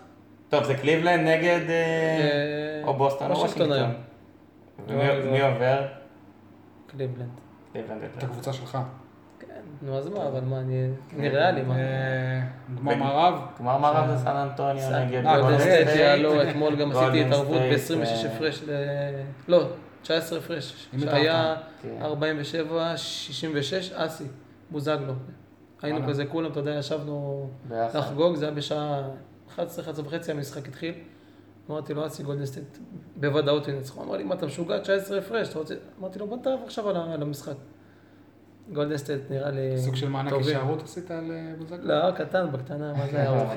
טוב, זה קליבלנד נגד... אה,
אה,
או בוסטון או
וושינגטון
וושינגטון.
היום.
ומי- מי עובר?
קליבלנד. כן,
קליבלנד יותר.
את הקבוצה שלך.
נו, אז מה, אבל מה, אני... אני ריאלי, מה?
אה, גמר מערב?
גמר מערב זה סן אנטוניו
כן,
נגד
גולדן
גולדן
סטייט
סטייט.
יעלו, אתמול גם
לא,
גולדן
עשיתי התערבות
סטייט,
ב-26
אה,
הפרש ל... לא, 19 הפרש,
אם
שהיה
כן.
47, 66, אסי, בוזגלו. היינו
וואלה.
כזה כולם, אתה יודע, ישבנו
ביחד.
לחגוג, זה היה בשעה 11, 11 וחצי, המשחק התחיל. אמרתי לו, אסי גולדן סטייט, בוודאות ינצחו. הוא אמר לי, מה, אתה משוגע? 19 הפרש, אתה רוצה... אמרתי לו, בוא נתערב עכשיו על ה- על המשחק. גולדן סטייט נראה לי...
סוג של מענק
טובים.
הישארות עשית על אה, בוזגלו?
לא, קטן, בקטנה, מה זה היה ארוחה?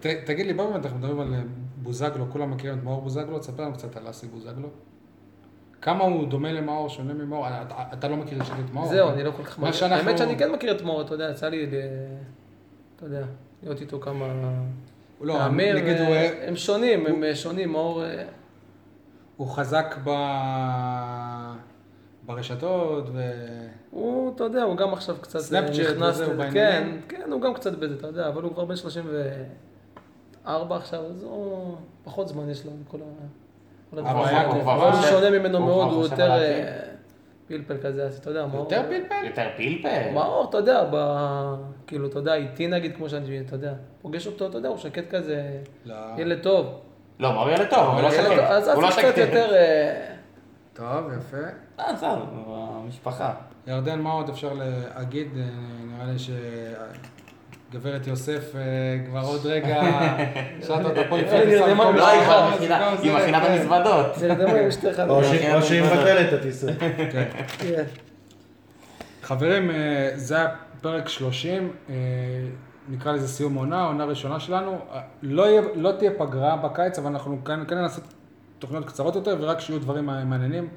ת- תגיד לי, בוא באמת, אנחנו מדברים על אה, בוזגלו, כולם מכירים את מאור בוזגלו, תספר לנו קצת על אסי בוזגלו. כמה הוא דומה למאור, שונה ממאור, אה, אתה- אתה לא מכיר אישית את מאור.
זהו,
אבל-
אני לא כל כך
מה
מכיר.
שאנחנו-
האמת שאני כן מכיר את מאור, אתה יודע, יצא לי, ל- אתה יודע, להיות איתו כמה...
לא,
להמר,
נגיד הוא,
אה,
אה,
הם שונים, הם אה, שונים, מאור... אה,
הוא חזק ב... ברשתות, ו...
הוא, אתה יודע, הוא גם עכשיו קצת אה,
סנאפצ'אט
נכנס...
וזהו,
לזה. כן,
בעניינים.
כן, הוא גם קצת בזה, אתה יודע, אבל הוא כבר בן 34 עכשיו, אז הוא... פחות זמן יש לו, כל ה... כל הדברים.
הבעיה
הוא
כבר
הוא
חושב-
שונה ממנו
הוא
מאוד,
כבר
הוא
חושב
יותר
על
אה,
העתיד.
פלפל כזה, אז אתה יודע, מאור...
כן. יותר פלפל?
יותר פלפל.
מאור, אתה יודע, ב... כאילו, אתה יודע, איתי נגיד, כמו שאני, אתה יודע, פוגש אותו, אתה יודע, הוא שקט כזה,
לא.
ילד טוב.
לא, מאור ילד טוב, הוא לא
ילד טוב,
שקט.
אז
הוא לא
אז קצת
שקט.
יותר... אה,
טוב, יפה.
אה, זהו, הוא המשפחה.
ירדן, מה עוד אפשר להגיד? אה, נראה לי שגברת יוסף אה, כבר עוד רגע שעת אותה פה לפני
היא
טיסה
נרדמה
מקום
לא, היא
שלך,
כבר
אז
מכינה-
גם
היא
זה,
מכינה
כן.
במזוודות.
זה לדבר עם אשתך.
או
ש-
שהיא- או שהיא
כן,
מבטלת את הטיסה.
כן.
כן.
חברים, אה, זה היה פרק 30. אה, נקרא לזה סיום עונה, עונה ראשונה שלנו. לא, יהיה, לא תהיה פגרה בקיץ, אבל אנחנו כאן, כאן נעשה תוכניות קצרות יותר, ורק שיהיו דברים מעניינים.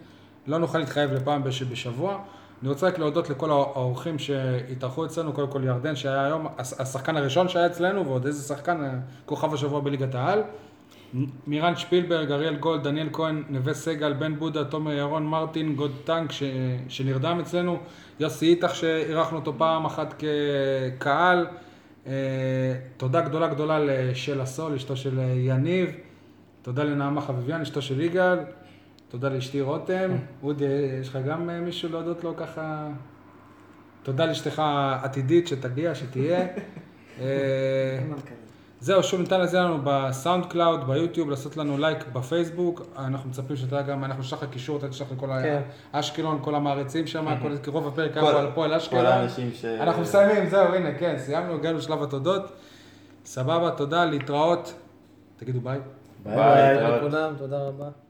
לא נוכל להתחייב לפעם בש- בשבוע. אני רוצה רק להודות לכל האורחים שהתארחו אצלנו, קודם כל ירדן שהיה היום, הש- השחקן הראשון שהיה אצלנו, ועוד איזה שחקן, אה, כוכב השבוע בליגת העל. מ- מירן שפילברג, אריאל גולד, דניאל כהן, נווה סגל, בן בודה, תומר ירון, מרטין, גוד טנק ש... שנרדם אצלנו, יוסי איתך שאירחנו אותו פעם אחת כקהל, אה, תודה גדולה גדולה לשל הסול, אשתו של אה, יניב, תודה לנעמה חביביאן, אשתו של יגאל, תודה לאשתי רותם, אודי, יש לך גם אה, מישהו להודות לו ככה? תודה לאשתך העתידית שתגיע, שתהיה. אה, זהו, שוב ניתן לזה לנו בסאונד קלאוד, ביוטיוב, לעשות לנו לייק בפייסבוק. אנחנו מצפים שאתה גם, אנחנו נשלח לך קישור, אתה תשלח לכל
כן.
ה- אשקלון, כל המעריצים שם, כל- כי רוב הפרק היה
כן. כל-
על הפועל אשקלון.
כל האנשים ש...
אנחנו מסיימים, זהו, הנה, כן, סיימנו, הגענו לשלב התודות. סבבה, תודה, להתראות. תגידו ביי.
ביי,
ביי.
להתראות.
לכולם, תודה רבה.